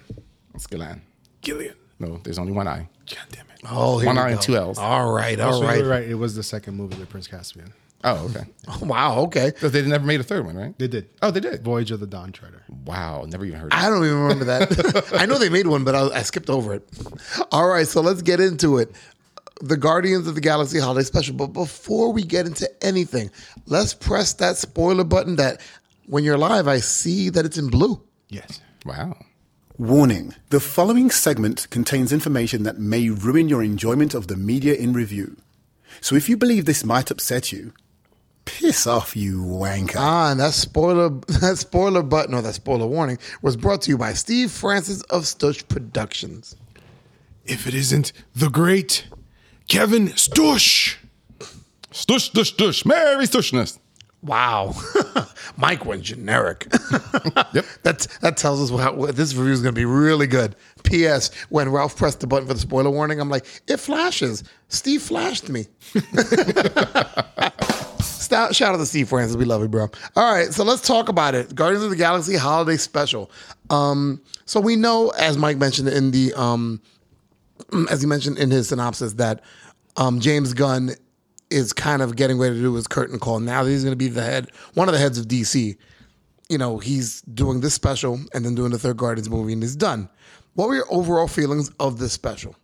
[SPEAKER 6] It's Galan.
[SPEAKER 7] Gillian.
[SPEAKER 6] No, there's only one eye.
[SPEAKER 7] God damn it.
[SPEAKER 5] Oh, here
[SPEAKER 6] One
[SPEAKER 5] we
[SPEAKER 6] eye and
[SPEAKER 5] go.
[SPEAKER 6] two L's.
[SPEAKER 5] All right, all
[SPEAKER 7] So you
[SPEAKER 5] right.
[SPEAKER 7] were right. It was the second movie with Prince Caspian.
[SPEAKER 6] Oh, okay.
[SPEAKER 5] Wow, okay.
[SPEAKER 6] Because they never made a third one, right?
[SPEAKER 7] They did.
[SPEAKER 6] Oh, they did.
[SPEAKER 7] Voyage of the Dawn Treader.
[SPEAKER 6] Wow, never even heard. of
[SPEAKER 5] I don't even remember that. I know they made one, but I, I skipped over it. All right, so let's get into it. The Guardians of the Galaxy Holiday Special. But before we get into anything, let's press that spoiler button that when you're live, I see that it's in blue.
[SPEAKER 7] Yes.
[SPEAKER 6] it. Wow.
[SPEAKER 10] Warning The following segment contains information that may ruin your enjoyment of the media in review. So if you believe this might upset you, piss off, you wanker.
[SPEAKER 5] Ah, and that spoiler that spoiler button or that spoiler warning was brought to you by Steve Francis of Stutch Productions.
[SPEAKER 7] If it isn't the great Kevin Stush.
[SPEAKER 6] Stush, stush, stush. Merry stushness.
[SPEAKER 5] Wow, Mike went generic. yep, that's that tells us how what- this review is going to be really good. P.S. When Ralph pressed the button for the spoiler warning, I'm like, it flashes. Steve flashed me. Stout, shout out to Steve Francis, we love you, bro. All right, so let's talk about it. Guardians of the Galaxy Holiday Special. Um, so we know, as Mike mentioned in the um, as he mentioned in his synopsis, that um, James Gunn is kind of getting ready to do his curtain call. Now that he's going to be the head, one of the heads of DC, you know, he's doing this special and then doing the third Guardians movie and he's done. What were your overall feelings of this special?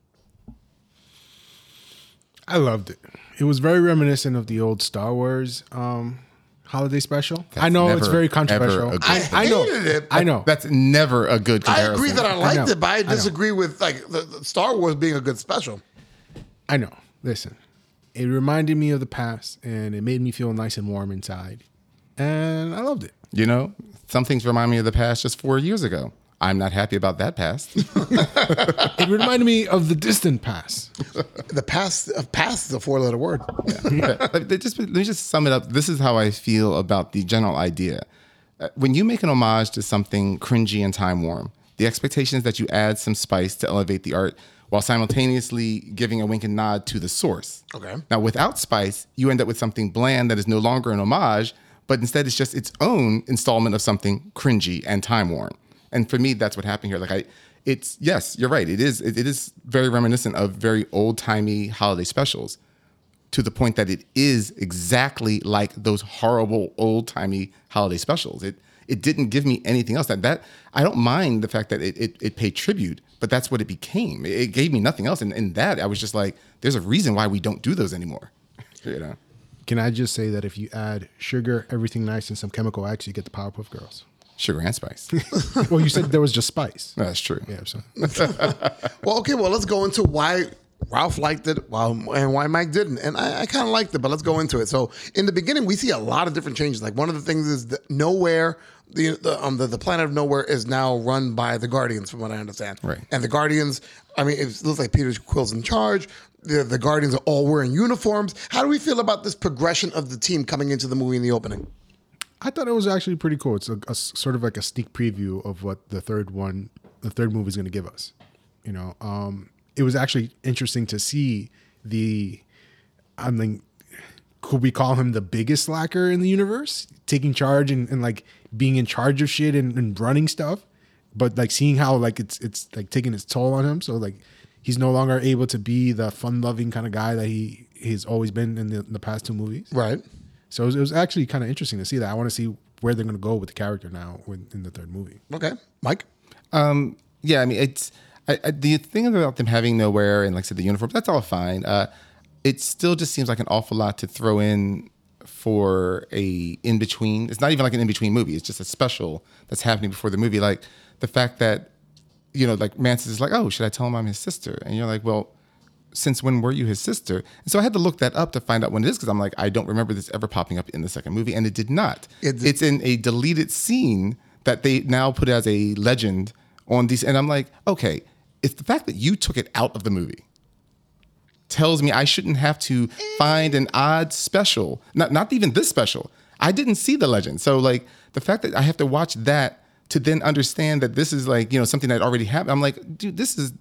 [SPEAKER 7] I loved it. It was very reminiscent of the old Star Wars um, holiday special. I know
[SPEAKER 6] never,
[SPEAKER 7] it's very
[SPEAKER 6] ever a
[SPEAKER 7] controversial.
[SPEAKER 6] good
[SPEAKER 7] I, I know.
[SPEAKER 5] hated it,
[SPEAKER 7] I know.
[SPEAKER 6] That's never a good
[SPEAKER 5] I
[SPEAKER 6] comparison.
[SPEAKER 5] agree that I liked
[SPEAKER 7] know.
[SPEAKER 5] it, but I
[SPEAKER 7] I know.
[SPEAKER 5] disagree with like the, the Star Wars being a good special.
[SPEAKER 7] I know. Listen, it reminded me of the past, and it made me feel nice and warm inside, and I loved it.
[SPEAKER 6] You know, some things remind me of the past just four years ago. I'm not happy about that past.
[SPEAKER 7] It reminded me of the distant past.
[SPEAKER 5] The past, uh, past is a four letter word.
[SPEAKER 6] But let, me just, let me just sum it up. This is how I feel about the general idea. Uh, When you make an homage to something cringy and time warm, the expectation is that you add some spice to elevate the art while simultaneously giving a wink and nod to the source.
[SPEAKER 5] Okay.
[SPEAKER 6] Now, without spice, you end up with something bland that is no longer an homage, but instead it's just its own installment of something cringy and time worn. And for me, that's what happened here. Like I, it's yes, you're right. It is it, it is very reminiscent of very old timey holiday specials, to the point that it is exactly like those horrible old timey holiday specials. It it didn't give me anything else. That that I don't mind the fact that it it, it paid tribute, but that's what it became. It, it gave me nothing else. And in that, I was just like, there's a reason why we don't do those anymore. you know.
[SPEAKER 7] Can I just say that if you add sugar, everything nice, and some chemical X, you get the Powerpuff Girls?
[SPEAKER 6] Sugar and spice.
[SPEAKER 7] well, you said there was just spice.
[SPEAKER 6] that's true.
[SPEAKER 7] Yeah, so
[SPEAKER 5] Well, okay, well, let's go into why Ralph liked it while, and why Mike didn't. And I, I kind of liked it, but let's go into it. So, in the beginning, we see a lot of different changes. Like, one of the things is that nowhere, the, the, um, the, the planet of nowhere is now run by the Guardians, from what I understand.
[SPEAKER 6] Right.
[SPEAKER 5] And the Guardians, I mean, it looks like Peter Quill's in charge. The, the Guardians are all wearing uniforms. How do we feel about this progression of the team coming into the movie in the opening?
[SPEAKER 7] I thought it was actually pretty cool. It's a, a s- sort of like a sneak preview of what the third one, the third movie is going to give us. You know, um, it was actually interesting to see the. I mean, could we call him the biggest slacker in the universe, taking charge and, and like being in charge of shit and, and running stuff? but like seeing how like it's it's like taking its toll on him so like he's no longer able to be the fun-loving kind of guy that he he's always been in the, the past two movies
[SPEAKER 5] Right.
[SPEAKER 7] so it was, it was actually kind of interesting to see that i want to see where they're going to go with the character now when, in the third movie
[SPEAKER 5] Okay. Mike?
[SPEAKER 6] Um, yeah, I mean, it's I, I, the thing about them having nowhere and like I said, the uniform. That's all fine. Uh, it still just seems like an awful lot to throw in for a in between. It's not even like an in between movie. It's just a special that's happening before the movie. Like the fact that you know, like Manson is like, oh, should I tell him I'm his sister? And you're like, well, since when were you his sister? And so I had to look that up to find out when it is because I'm like, I don't remember this ever popping up in the second movie, and it did not.
[SPEAKER 5] It did-
[SPEAKER 6] it's in a deleted scene that they now put as a legend on these, and I'm like, okay, it's the fact that you took it out of the movie tells me I shouldn't have to find an odd special. Not not even this special. I didn't see the legend. So like the fact that I have to watch that to then understand that this is like, you know, something that already happened. I'm like, dude, this is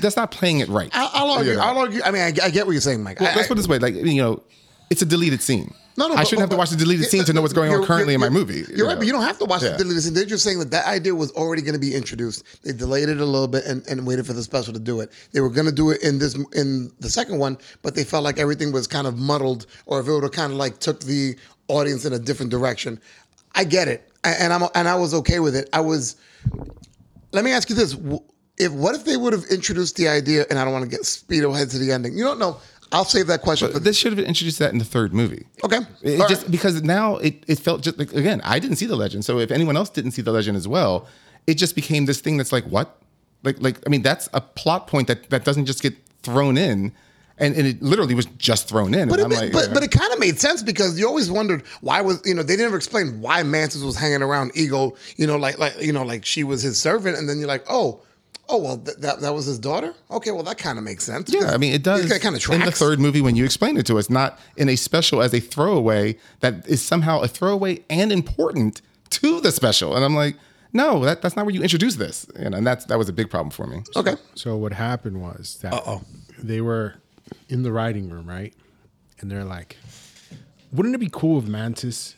[SPEAKER 6] that's not playing it right.
[SPEAKER 5] I'll, I'll argue.
[SPEAKER 6] Yeah.
[SPEAKER 5] I'll argue. I mean, I, I get what you're saying, Mike.
[SPEAKER 6] Well,
[SPEAKER 5] I-
[SPEAKER 6] let's put it this way, like you know, it's a deleted scene.
[SPEAKER 5] No, no,
[SPEAKER 6] I
[SPEAKER 5] but-
[SPEAKER 6] shouldn't have to
[SPEAKER 5] but-
[SPEAKER 6] watch the deleted
[SPEAKER 5] yeah,
[SPEAKER 6] scene to know what's going on
[SPEAKER 5] you're-
[SPEAKER 6] currently in my
[SPEAKER 5] you're-
[SPEAKER 6] movie.
[SPEAKER 5] You're right, but you don't have to watch
[SPEAKER 6] Yeah.
[SPEAKER 5] the deleted scene. They're just saying that that idea was already going to be introduced. They delayed it a little bit and, and waited for the special to do it. They were going to do it in this in the second one, but they felt like everything was kind of muddled, or if it would have kind of like took the audience in a different direction. I get it, I, and I'm and I was okay with it. I was let me ask you this: W- If what if they would have introduced the idea, and I don't want to get speedo ahead to the ending. You don't know. I'll save that question.
[SPEAKER 6] But
[SPEAKER 5] for
[SPEAKER 6] this should have introduced that in the third movie.
[SPEAKER 5] Okay.
[SPEAKER 6] It
[SPEAKER 5] All
[SPEAKER 6] just
[SPEAKER 5] right.
[SPEAKER 6] because now it, it felt just like again, I didn't see the legend. So if anyone else didn't see the legend as well, it just became this thing that's like what? Like like I mean that's a plot point that that doesn't just get thrown in. And, and it literally was just thrown in.
[SPEAKER 5] But
[SPEAKER 6] and
[SPEAKER 5] it,
[SPEAKER 6] I'm
[SPEAKER 5] ma-
[SPEAKER 6] like,
[SPEAKER 5] but,
[SPEAKER 6] yeah.
[SPEAKER 5] but it kind of made sense because you always wondered why was you know they never explained why Mantis was hanging around Ego you know like like you know like she was his servant and then you're like oh oh well th- that that was his daughter okay well that kind of makes sense
[SPEAKER 6] Yeah, I mean, it does.
[SPEAKER 5] that kind of
[SPEAKER 6] in the third movie when you explain it to us, not in a special as a throwaway that is somehow a throwaway and important to the special. And I'm like, no, that, that's not where you introduce this. You know, and that's that was a big problem for me.
[SPEAKER 5] okay
[SPEAKER 7] So what happened was that they were in the writing room, right? And they're like, "Wouldn't it be cool if Mantis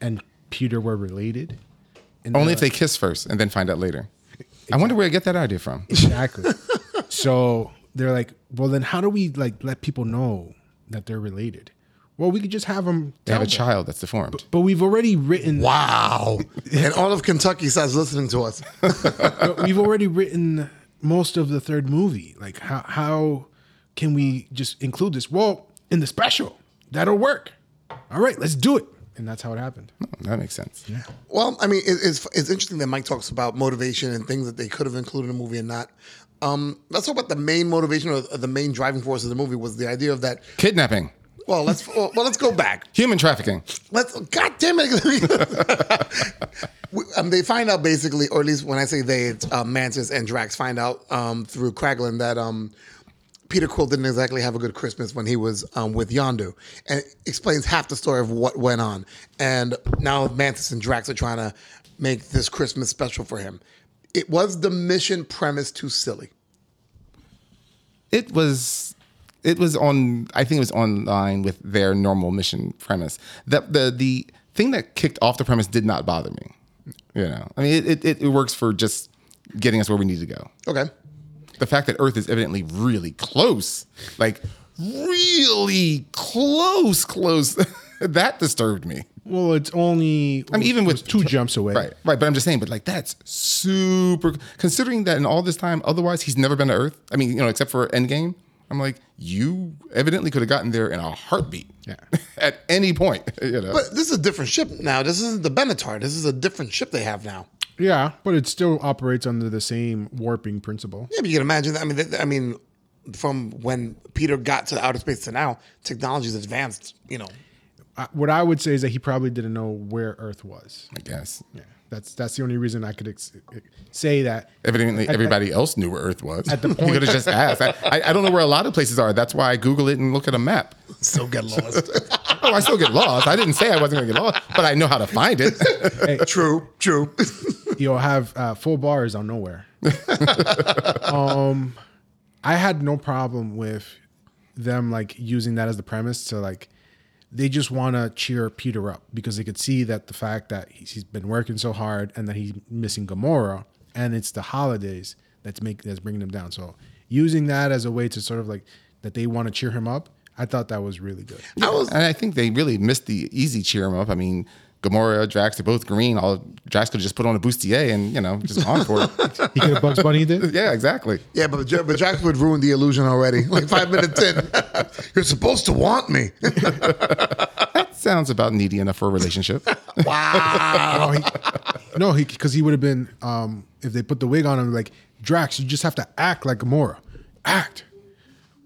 [SPEAKER 7] and Peter were related?" And
[SPEAKER 6] Only if
[SPEAKER 7] they're
[SPEAKER 6] they kiss first and then find out later. I wonder where I get that idea from.
[SPEAKER 7] like, exactly. so they're like, "Well, then how do we like let people know that they're related?" Well, we could just have them.
[SPEAKER 6] They have a child that's deformed.
[SPEAKER 7] But we've already written.
[SPEAKER 5] wow and all of Kentucky starts listening to us
[SPEAKER 7] but we've already written most of the third movie. Like how how can we just include this? Well, in the special. That'll work. All right, let's do it. And that's how it happened.
[SPEAKER 6] That makes sense.
[SPEAKER 5] Well, I mean, it, it's it's interesting that Mike talks about motivation and things that they could have included in the movie and not. Um, let's talk about the main motivation or the main driving force of the movie was the idea of that.
[SPEAKER 6] Kidnapping,
[SPEAKER 5] Well, let's well, well let's go back.
[SPEAKER 6] human trafficking.
[SPEAKER 5] Let's God damn it! We- um, they find out basically, or at least when I say they, it's uh, Mantis and Drax find out um, through Kraglin that um, Peter Quill didn't exactly have a good Christmas when he was um, with Yondu, and it explains half the story of what went on. And now Mantis and Drax are trying to make this Christmas special for him. It was the mission premise too silly.
[SPEAKER 6] it was it was on I think it was online with their normal mission premise. The the the thing that kicked off the premise did not bother me. You know. I mean it, it, it works for just getting us where we need to go.
[SPEAKER 5] Okay,
[SPEAKER 6] The fact that Earth is evidently really close, like really close, close that disturbed me.
[SPEAKER 7] Well, it's only
[SPEAKER 6] I mean, even
[SPEAKER 7] it was
[SPEAKER 6] with
[SPEAKER 7] two jumps away.
[SPEAKER 6] Right, right. But I'm just saying, but like that's super considering that in all this time, otherwise he's never been to Earth. I mean, you know, except for Endgame. I'm like, you evidently could have gotten there in a heartbeat.
[SPEAKER 7] Yeah.
[SPEAKER 6] At any point. You know.
[SPEAKER 5] but this is a different ship now. This isn't the Benatar. This is a different ship they have now.
[SPEAKER 7] Yeah, but it still operates under the same warping principle.
[SPEAKER 5] Yeah, but you can imagine. That. I mean, that, I mean, from when Peter got to outer space to now, technology's advanced. You know,
[SPEAKER 7] I, what I would say is that he probably didn't know where Earth was.
[SPEAKER 6] I guess.
[SPEAKER 7] Yeah, that's that's the only reason I could ex- say that.
[SPEAKER 6] Evidently, everybody else knew where Earth was. At
[SPEAKER 7] the
[SPEAKER 6] you
[SPEAKER 7] point-
[SPEAKER 6] could have just asked. I, I, I don't know where a lot of places are. That's why I Google it and look at a map.
[SPEAKER 5] still get lost.
[SPEAKER 6] Oh, I still get lost. I didn't say I wasn't going to get lost, but I know how to find it.
[SPEAKER 5] true, true.
[SPEAKER 7] you'll have uh, full bars on nowhere. um, I had no problem with them like using that as the premise to like they just want to cheer Peter up because they could see that the fact that he's, he's been working so hard and that he's missing Gamora and it's the holidays that's make that's bringing them down. So using that as a way to sort of like that they want to cheer him up, I thought that was really good.
[SPEAKER 5] I was
[SPEAKER 6] and I think they really missed the easy cheer him up. I mean, Gamora, Drax, they're both green. All Drax could just put on a bustier and you know just on for it.
[SPEAKER 7] He could have Bugs Bunny did.
[SPEAKER 6] yeah, exactly.
[SPEAKER 5] yeah, but Jack- but Jack would ruin the illusion already. Like five minutes in, you're supposed to want me.
[SPEAKER 6] Sounds about needy enough for a relationship.
[SPEAKER 5] Wow.
[SPEAKER 7] Oh, he- no, he because he would have been um, if they put the wig on him like Drax. You just have to act like Gamora. Act.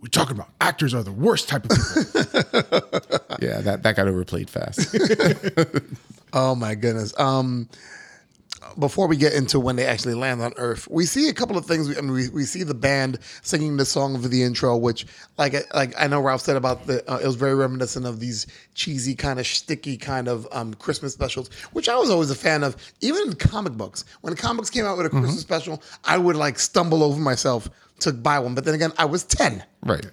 [SPEAKER 7] We're talking about actors are the worst type of people.
[SPEAKER 6] yeah, that, that got overplayed fast.
[SPEAKER 5] Oh my goodness. Um, before we get into when they actually land on Earth, we see a couple of things. I mean, we, we see the band singing the song for the intro, which, like, like I know Ralph said about the, uh, it was very reminiscent of these cheesy kind of sticky kind of um, Christmas specials, which I was always a fan of. Even in comic books, when comics came out with a
[SPEAKER 6] Mm-hmm.
[SPEAKER 5] Christmas special, I would like stumble over myself to buy one. But then again, I was ten.
[SPEAKER 6] right.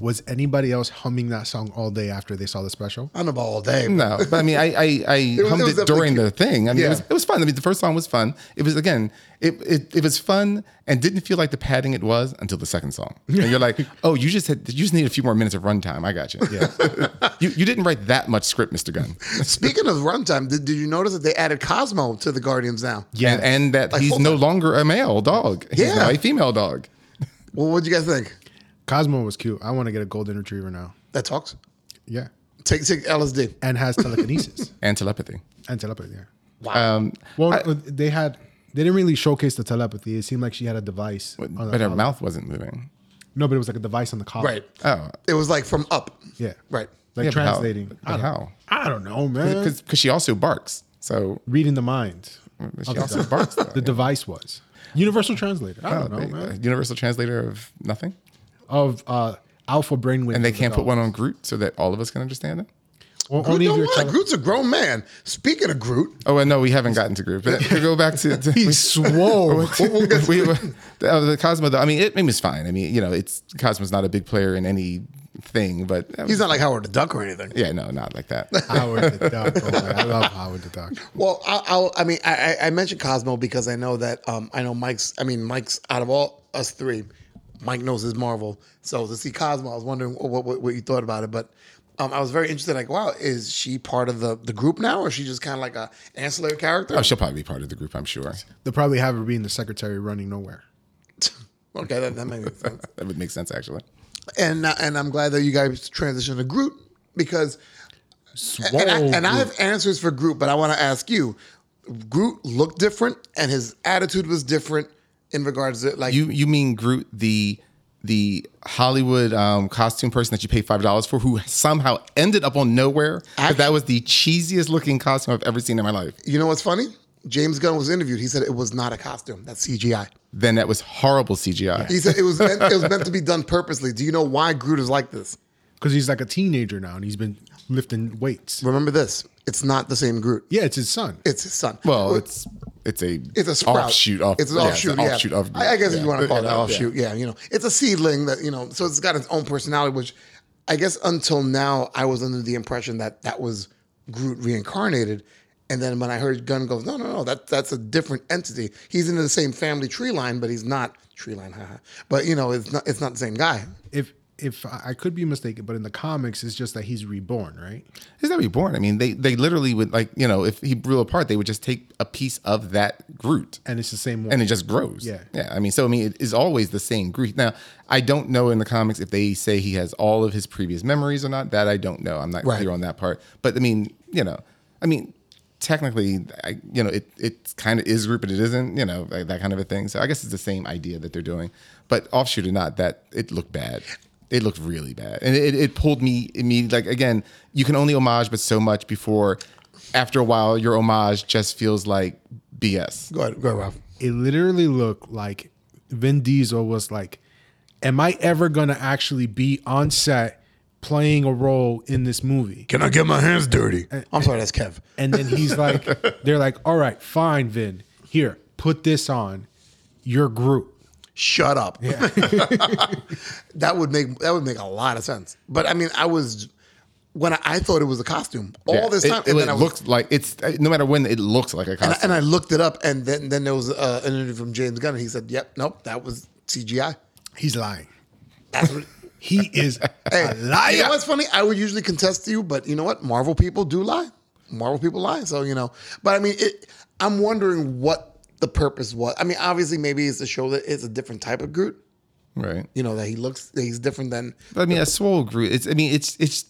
[SPEAKER 7] Was anybody else humming that song all day after they saw the special?
[SPEAKER 5] I don't know about all day. but-
[SPEAKER 6] No, but I mean, I I, I
[SPEAKER 5] was-
[SPEAKER 6] hummed
[SPEAKER 5] it
[SPEAKER 6] it,
[SPEAKER 5] was definitely
[SPEAKER 6] during
[SPEAKER 5] cute.
[SPEAKER 6] the thing. I mean,
[SPEAKER 5] Yeah.
[SPEAKER 6] it, was, it was fun. I mean, the first song was fun. It was again, it, it it was fun and didn't feel like the padding it was until the second song. And you're like, oh, you just had, you just need a few more minutes of runtime. I got you. Yeah, you you didn't write that much script, Mister Gunn.
[SPEAKER 5] Speaking of runtime, did, did you notice that they added Cosmo to the Guardians now?
[SPEAKER 6] Yeah, and, and that
[SPEAKER 5] Like,
[SPEAKER 6] he's
[SPEAKER 5] hold
[SPEAKER 6] no
[SPEAKER 5] on.
[SPEAKER 6] longer a male dog. He's
[SPEAKER 5] Yeah.
[SPEAKER 6] now a female dog.
[SPEAKER 5] Well, what do you guys think?
[SPEAKER 7] Cosmo was cute. I want to get a golden retriever now.
[SPEAKER 5] That talks.
[SPEAKER 7] Yeah,
[SPEAKER 5] Take take LSD.
[SPEAKER 7] and has telekinesis
[SPEAKER 6] And telepathy.
[SPEAKER 7] and telepathy. Yeah.
[SPEAKER 6] Um,
[SPEAKER 7] Well, uh, they had they didn't really showcase the telepathy. It seemed like she had a device. on the
[SPEAKER 6] but her
[SPEAKER 7] collar.
[SPEAKER 6] mouth wasn't moving.
[SPEAKER 7] No, but it was like a device on the collar.
[SPEAKER 5] Right.
[SPEAKER 6] Oh,
[SPEAKER 5] It was like from up.
[SPEAKER 7] Yeah.
[SPEAKER 5] Right.
[SPEAKER 6] Yeah, but
[SPEAKER 7] Like
[SPEAKER 6] how-
[SPEAKER 7] translating.
[SPEAKER 6] but
[SPEAKER 7] I don't-
[SPEAKER 6] how?
[SPEAKER 7] I don't know, man.
[SPEAKER 6] because she also barks. So
[SPEAKER 7] reading the mind.
[SPEAKER 6] she also barks. Though,
[SPEAKER 7] The device was universal translator. I don't
[SPEAKER 6] Oh,
[SPEAKER 7] know,
[SPEAKER 6] they-
[SPEAKER 7] man.
[SPEAKER 6] Universal translator of nothing,
[SPEAKER 7] Of uh, alpha brainwave.
[SPEAKER 6] and they can't put one on Groot so that all of us can understand it.
[SPEAKER 7] Well,
[SPEAKER 5] Groot
[SPEAKER 7] only if
[SPEAKER 5] don't
[SPEAKER 7] you're
[SPEAKER 5] want it.
[SPEAKER 7] tele-
[SPEAKER 5] Groot's a grown man. Speaking of Groot,
[SPEAKER 6] Oh, and no, we haven't gotten to Groot. But to go back to, to
[SPEAKER 7] He swole.
[SPEAKER 6] we, we, the, uh, the Cosmo. though, I mean, it, it was fine. I mean, you know, it's Cosmo's not a big player in any thing, but um,
[SPEAKER 5] he's not like Howard the Duck or anything.
[SPEAKER 6] Yeah, no, not like that.
[SPEAKER 7] Howard the Duck. Oh, man, I love Howard the Duck.
[SPEAKER 5] Well, I, I'll, I mean, I, I- I mentioned Cosmo because I know that um, I know Mike's. I mean, Mike's out of all us three, Mike knows his Marvel. So to see Cosmo, I was wondering what what, what you thought about it, but. Um, I was very interested. Like, wow, is she part of the, the group now, or is she just kind of like a ancillary character?
[SPEAKER 6] oh, she'll probably be part of the group, I'm sure.
[SPEAKER 7] They'll probably have her being the secretary running nowhere.
[SPEAKER 5] okay, that, that makes sense.
[SPEAKER 6] That would make sense, actually.
[SPEAKER 5] and uh, and I'm glad that you guys transitioned to Groot because
[SPEAKER 7] Swole.
[SPEAKER 5] and I, and I have answers for Groot, but I want to ask you. Groot looked different, and his attitude was different in regards to like
[SPEAKER 6] You you mean Groot the the Hollywood um, costume person that you paid five dollars for, who somehow ended up on nowhere? But that was the cheesiest looking costume I've ever seen in my life.
[SPEAKER 5] You know what's funny? James Gunn was interviewed. He said it was not a costume. That's CGI.
[SPEAKER 6] Then that was horrible CGI.
[SPEAKER 5] He said it was meant, it was meant to be done purposely. Do you know why Groot is like this?
[SPEAKER 7] Because he's like a teenager now, and he's been lifting weights.
[SPEAKER 5] Remember this. It's not the same Groot.
[SPEAKER 7] Yeah, it's his son.
[SPEAKER 5] It's his son.
[SPEAKER 6] Well, it's it's a
[SPEAKER 5] it's a sprout.
[SPEAKER 6] offshoot of
[SPEAKER 5] it's an
[SPEAKER 6] yeah,
[SPEAKER 5] offshoot.
[SPEAKER 6] an
[SPEAKER 5] Yeah,
[SPEAKER 6] offshoot of
[SPEAKER 5] I, I guess if
[SPEAKER 6] yeah.
[SPEAKER 5] you want to call it an
[SPEAKER 6] Yeah,
[SPEAKER 5] offshoot, yeah. you know, it's a seedling that you know. So it's got its own personality, which I guess until now I was under the impression that that was Groot reincarnated, and then when I heard Gunn goes, no, no, no, that that's a different entity. He's in the same family tree line, but he's not tree line, haha. But you know, it's not it's not the same guy.
[SPEAKER 7] If if I I could be mistaken, but in the comics, it's just that he's reborn, right?
[SPEAKER 6] He's not reborn. I mean, they they literally would like you know if he blew apart, they would just take a piece of that Groot
[SPEAKER 7] And it's the same one.
[SPEAKER 6] and it just grows.
[SPEAKER 7] Yeah.
[SPEAKER 6] yeah. I mean, so I mean, it is always the same Groot. Now, I don't know in the comics if they say he has all of his previous memories or not. That I don't know. I'm not
[SPEAKER 5] Right.
[SPEAKER 6] clear on that part. But I mean, you know, I mean. Technically, I, you know, it it kind of is Groot, but it isn't, you know, like that kind of a thing. So I guess it's the same idea that they're doing, but offshoot or not, that it looked bad. It looked really bad, and it, it pulled me immediately. Like again, you can only homage but so much before. After a while, your homage just feels like BS.
[SPEAKER 5] Go ahead, go ahead, Ralph.
[SPEAKER 7] it literally looked like Vin Diesel was like, "Am I ever gonna actually be on set playing a role in this movie?"
[SPEAKER 5] Can I get my hands dirty? I'm sorry, that's Kev.
[SPEAKER 7] And then he's like, "They're like, all right, fine, Vin. Here, put this on. You're Groot."
[SPEAKER 5] Shut up. that would make that would make a lot of sense. But I mean, I was when I, I thought it was a costume all
[SPEAKER 6] Yeah.
[SPEAKER 5] this
[SPEAKER 6] It-
[SPEAKER 5] time.
[SPEAKER 6] it,
[SPEAKER 5] and then I was-
[SPEAKER 6] looks like it's no matter when it looks like a
[SPEAKER 5] and,
[SPEAKER 6] costume.
[SPEAKER 5] I, and I looked it up, and then then there was uh, an interview from James Gunn, and he said, "Yep, nope, that was CGI."
[SPEAKER 7] He's lying.
[SPEAKER 5] That's what-
[SPEAKER 7] He is a liar.
[SPEAKER 5] You know what's funny? I would usually contest you, but you know what? Marvel people do lie. Marvel people lie. So you know, but I mean, it, I'm wondering what the purpose was. I mean, obviously, maybe it's to show that it's a different type of Groot.
[SPEAKER 6] right.
[SPEAKER 5] You know that he looks that he's different than
[SPEAKER 6] But I mean, a swole Groot. It's. I mean, it's. It's.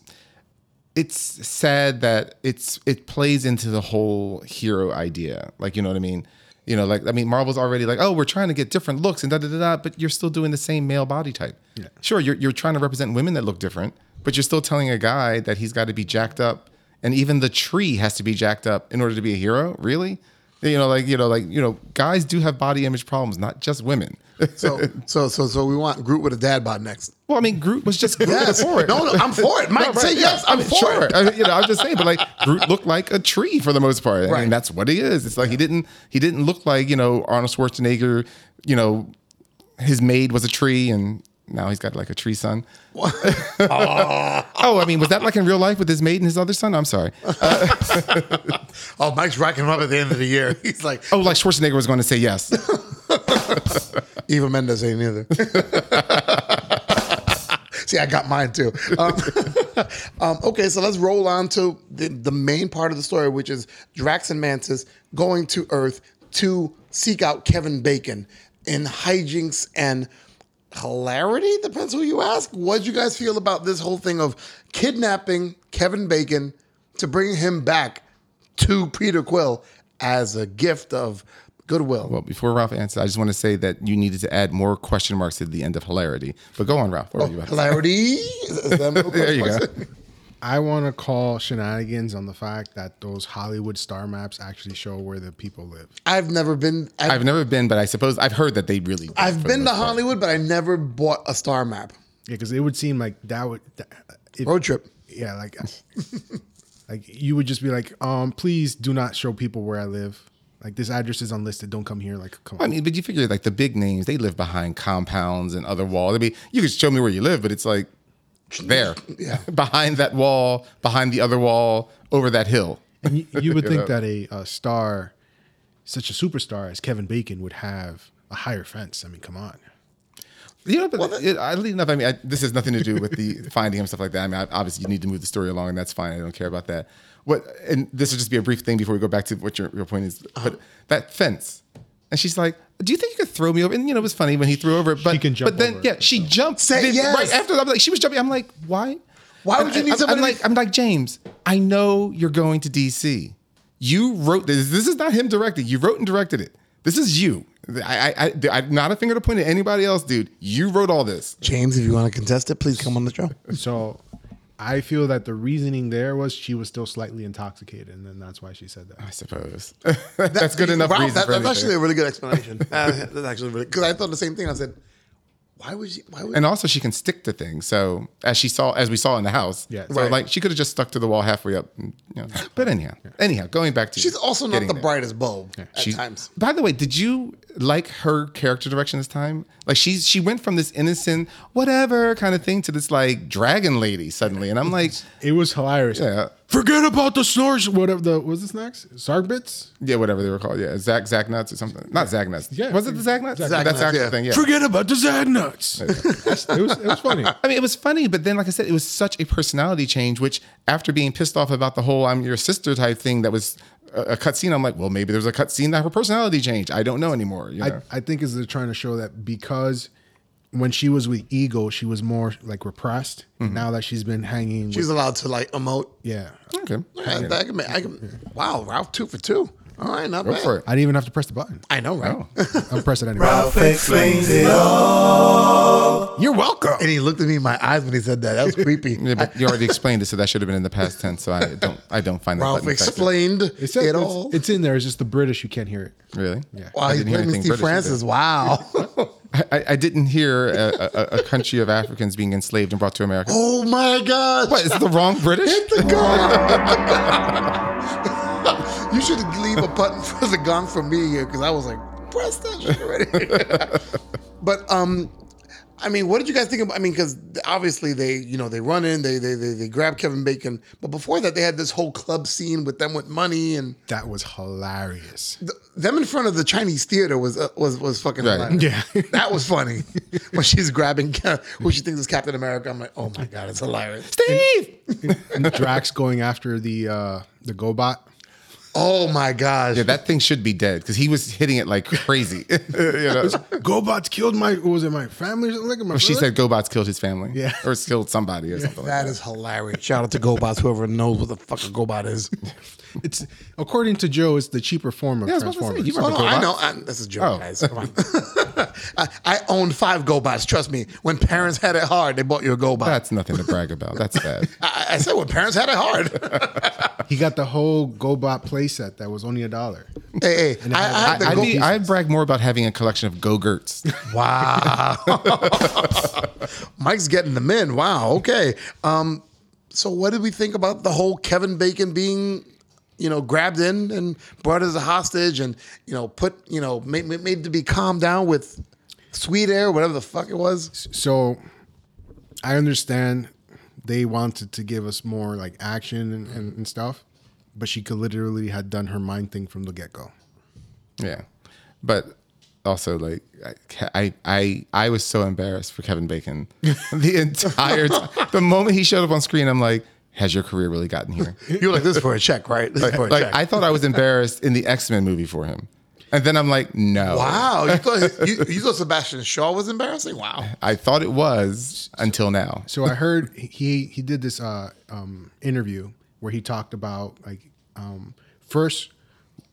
[SPEAKER 6] It's sad that it's. It plays into the whole hero idea. Like you know what I mean. You know, like I mean, Marvel's already like, oh, we're trying to get different looks and da da da da. But you're still doing the same male body type. Sure, you're you're trying to represent women that look different, but you're still telling a guy that he's got to be jacked up, and even the tree has to be jacked up in order to be a hero. Really. You know, like you know, like you know, guys do have body image problems, not just women.
[SPEAKER 5] so so so so. We want Groot with a dad bod next.
[SPEAKER 6] Well, I mean, Groot was just Groot
[SPEAKER 5] Yes.
[SPEAKER 6] before it.
[SPEAKER 5] No, no, I'm for it. Mike,
[SPEAKER 6] No,
[SPEAKER 5] say
[SPEAKER 6] yeah.
[SPEAKER 5] yes, I'm
[SPEAKER 6] I mean,
[SPEAKER 5] for
[SPEAKER 6] sure.
[SPEAKER 5] it.
[SPEAKER 6] I mean, you know, I'm just saying, but like Groot looked like a tree for the most part. I
[SPEAKER 5] Right.
[SPEAKER 6] mean, that's what he is. It's like he didn't he didn't look like you know Arnold Schwarzenegger. You know, his maid was a tree, and now he's got like a tree son. oh, I mean, was that like in real life with his maid and his other son? I'm sorry.
[SPEAKER 5] Oh, Mike's racking him up at the end of the year. He's like,
[SPEAKER 6] Oh, like Schwarzenegger was going to say yes.
[SPEAKER 5] Eva Mendes ain't either. See, I got mine too. Um, um, okay, so let's roll on to the, the main part of the story, which is Drax and Mantis going to Earth to seek out Kevin Bacon in hijinks and hilarity. Depends who you ask. What would you guys feel about this whole thing of kidnapping Kevin Bacon to bring him back to Peter Quill as a gift of goodwill?
[SPEAKER 6] Well, before Ralph answers, I just want to say that you needed to add more question marks at the end of hilarity. But go on,
[SPEAKER 5] Oh,
[SPEAKER 6] Ralph. What were you about to say?
[SPEAKER 5] hilarity. Is that my
[SPEAKER 6] There you go.
[SPEAKER 7] I want to call shenanigans on the fact that those Hollywood star maps actually show where the people live.
[SPEAKER 5] I've never been. I've, I've,
[SPEAKER 6] I've never been, but I suppose I've heard that they really. do for the
[SPEAKER 5] been to
[SPEAKER 6] most part.
[SPEAKER 5] Hollywood, but I never bought a star map.
[SPEAKER 7] Yeah, because it would seem like that would. that- if-
[SPEAKER 5] Road trip.
[SPEAKER 7] Yeah, like, like you would just be like, um, please do not show people where I live. Like this address is unlisted. Don't come here. Like, come on.
[SPEAKER 6] I mean, but you figure like the big names, they live behind compounds and other walls. I mean, you could show me where you live, but it's like there,
[SPEAKER 5] Yeah.
[SPEAKER 6] behind that wall, behind the other wall, over that hill.
[SPEAKER 7] And you, you would
[SPEAKER 6] You
[SPEAKER 7] think
[SPEAKER 6] know?
[SPEAKER 7] that a, a star, such a superstar as Kevin Bacon, would have a higher fence. I mean, come on.
[SPEAKER 6] You know, but it, oddly enough, I mean, I, this has nothing to do with the finding and stuff like that. I mean, I, obviously, you need to move the story along, and that's fine. I don't care about that. What, and this will just be a brief thing before we go back to what your, your point is.
[SPEAKER 5] Uh-huh.
[SPEAKER 6] But that fence, and she's like, "Do you think you could throw me over?" And you know, it was funny when he threw over it, but
[SPEAKER 7] can jump
[SPEAKER 6] but then
[SPEAKER 7] over it
[SPEAKER 6] yeah, she jumped
[SPEAKER 5] Say
[SPEAKER 6] Then
[SPEAKER 5] yes.
[SPEAKER 6] right after. I'm like, she was jumping. I'm like, why?
[SPEAKER 5] Why would you need
[SPEAKER 6] I'm,
[SPEAKER 5] somebody
[SPEAKER 6] I'm
[SPEAKER 5] to-
[SPEAKER 6] like, I'm like James. I know you're going to DC. You wrote this. This is not him directing. You wrote and directed it. This is you. I, I, I, I'm not a finger to point at anybody else, dude. You wrote all this.
[SPEAKER 5] James, if you want to contest it, please come on the show.
[SPEAKER 7] So I feel that the reasoning there was she was still slightly intoxicated, and then that's why she said
[SPEAKER 6] I
[SPEAKER 7] that.
[SPEAKER 6] suppose that's good enough
[SPEAKER 5] Ralph,
[SPEAKER 6] reason
[SPEAKER 5] that-
[SPEAKER 6] for
[SPEAKER 5] that's
[SPEAKER 6] anything.
[SPEAKER 5] actually a really good explanation. Uh, that's actually really because I thought the same thing. I said, why would you? Why would?
[SPEAKER 6] and also, she can stick to things. So as she saw, as we saw in the house,
[SPEAKER 7] Yeah.
[SPEAKER 6] So
[SPEAKER 7] Right.
[SPEAKER 6] like she could have just stuck to the wall halfway up. and, you know. But anyhow, anyhow, going back to
[SPEAKER 5] she's also not the
[SPEAKER 6] getting there.
[SPEAKER 5] brightest bulb at
[SPEAKER 6] She's-
[SPEAKER 5] times.
[SPEAKER 6] By the way, did you like her character direction this time? Like she's she went from this innocent whatever kind of thing to this like dragon lady suddenly, and I'm like,
[SPEAKER 7] It was hilarious.
[SPEAKER 6] yeah,
[SPEAKER 7] Forget about the snores. Whatever the was this next? Sargbits?
[SPEAKER 6] yeah, whatever they were called, yeah, Zach Zach nuts or something. Not Zach nuts.
[SPEAKER 7] Yeah.
[SPEAKER 6] was it the Zach nuts?
[SPEAKER 5] Zack
[SPEAKER 6] That's
[SPEAKER 5] Nuts,
[SPEAKER 6] actually
[SPEAKER 5] yeah.
[SPEAKER 6] the thing. Yeah.
[SPEAKER 7] Forget about the Zad nuts. it was it was funny.
[SPEAKER 6] I mean, it was funny, but then, like I said, it was such a personality change. Which, after being pissed off about the whole "I'm your sister" type thing, that was a, a cutscene. I'm like, well, maybe there's a cutscene that her personality changed. I don't know anymore. You know?
[SPEAKER 7] I, I think is they're trying to show that because when she was with Ego, she was more like repressed. Now that she's been hanging,
[SPEAKER 5] Mm-hmm. She's
[SPEAKER 7] with,
[SPEAKER 5] allowed to like emote.
[SPEAKER 7] yeah.
[SPEAKER 6] okay,
[SPEAKER 5] Yeah, that can make- I can- wow, Ralph, two for two. All right, not
[SPEAKER 6] go
[SPEAKER 5] bad.
[SPEAKER 6] for it. Oh.
[SPEAKER 7] I didn't even have to press the button.
[SPEAKER 5] I know, right?
[SPEAKER 7] I'll press it anyway.
[SPEAKER 5] You're welcome. And he looked at me in my eyes when he said that. That was creepy.
[SPEAKER 6] Yeah, but you already explained it, so that should have been in the past tense. So I don't, I don't find that.
[SPEAKER 5] Ralph
[SPEAKER 6] button effective.
[SPEAKER 5] explained
[SPEAKER 7] It's,
[SPEAKER 5] it
[SPEAKER 7] it's-
[SPEAKER 5] all.
[SPEAKER 7] it's in there. It's just the British you can't hear it.
[SPEAKER 6] Really? Yeah.
[SPEAKER 5] wow, he's
[SPEAKER 6] didn't hear
[SPEAKER 5] blaming
[SPEAKER 6] anything
[SPEAKER 5] Steve
[SPEAKER 6] British either.
[SPEAKER 5] Francis. Wow.
[SPEAKER 6] I, I- I didn't hear a, a, a country of Africans being enslaved and brought to America.
[SPEAKER 5] oh my God.
[SPEAKER 6] What is it the wrong British?
[SPEAKER 5] Hit the gong. you should leave a button for the gong for me here because I was like, press that shit already. but um, I mean, what did you guys think about? I mean, because obviously they, you know, they run in, they, they they they grab Kevin Bacon, but before that, they had this whole club scene with them with money and
[SPEAKER 7] That was hilarious.
[SPEAKER 5] th- them in front of the Chinese theater was uh, was was fucking
[SPEAKER 6] Right.
[SPEAKER 5] hilarious. Yeah, that was funny when she's grabbing Ca- who she thinks is Captain America. I'm like, oh my god, it's hilarious.
[SPEAKER 7] Drax going after the uh the GoBot.
[SPEAKER 5] Oh my gosh,
[SPEAKER 6] Yeah, that thing should be dead because he was hitting it like crazy. you know?
[SPEAKER 7] GoBots killed my what was it my family or something like that? my
[SPEAKER 6] She
[SPEAKER 7] brother?
[SPEAKER 6] said GoBots killed his family.
[SPEAKER 7] Yeah.
[SPEAKER 6] Or killed somebody or something like
[SPEAKER 5] that is hilarious. Shout out to GoBots, whoever knows what the fuck a GoBot is.
[SPEAKER 7] it's according to Joe, it's the cheaper form of
[SPEAKER 6] Yeah, I was about to say,
[SPEAKER 7] Transformers.
[SPEAKER 6] you
[SPEAKER 5] Oh,
[SPEAKER 6] remember
[SPEAKER 5] no, I
[SPEAKER 6] GoBots.
[SPEAKER 5] know. I, this is a joke,
[SPEAKER 6] Oh.
[SPEAKER 5] guys. Come on. I, I owned five GoBots. Trust me. When parents had it hard, they bought you a GoBot.
[SPEAKER 6] That's nothing to brag about. That's bad.
[SPEAKER 5] I, I said when parents had it hard.
[SPEAKER 7] he got the whole GoBot playset that was only a dollar.
[SPEAKER 5] hey, hey, I, I had
[SPEAKER 6] I,
[SPEAKER 5] the
[SPEAKER 6] I'd,
[SPEAKER 5] Go-
[SPEAKER 6] be, I'd brag more about having a collection of Go-Gurts.
[SPEAKER 5] Wow. Mike's getting them in. Wow. Okay. Um, so what did we think about the whole Kevin Bacon being, you know, grabbed in and brought as a hostage and, you know, put, you know, made, made- made to be calmed down with sweet air, whatever the fuck it was.
[SPEAKER 7] So I understand they wanted to give us more like action and, and, and stuff, but she could literally had done her mind thing from the get go.
[SPEAKER 6] Yeah, but also like I I I was so embarrassed for Kevin Bacon the entire time. the moment he showed up on screen. I'm like, has your career really gotten here?
[SPEAKER 5] You were like, this is for a check, right? This is for a
[SPEAKER 6] Like
[SPEAKER 5] check.
[SPEAKER 6] I thought I was embarrassed in the X Men movie for him, and then I'm like, no,
[SPEAKER 5] wow. You thought, you, you thought Sebastian Shaw was embarrassing? Wow.
[SPEAKER 6] I thought it was until now.
[SPEAKER 7] So I heard he he did this uh, um, interview where he talked about like um, first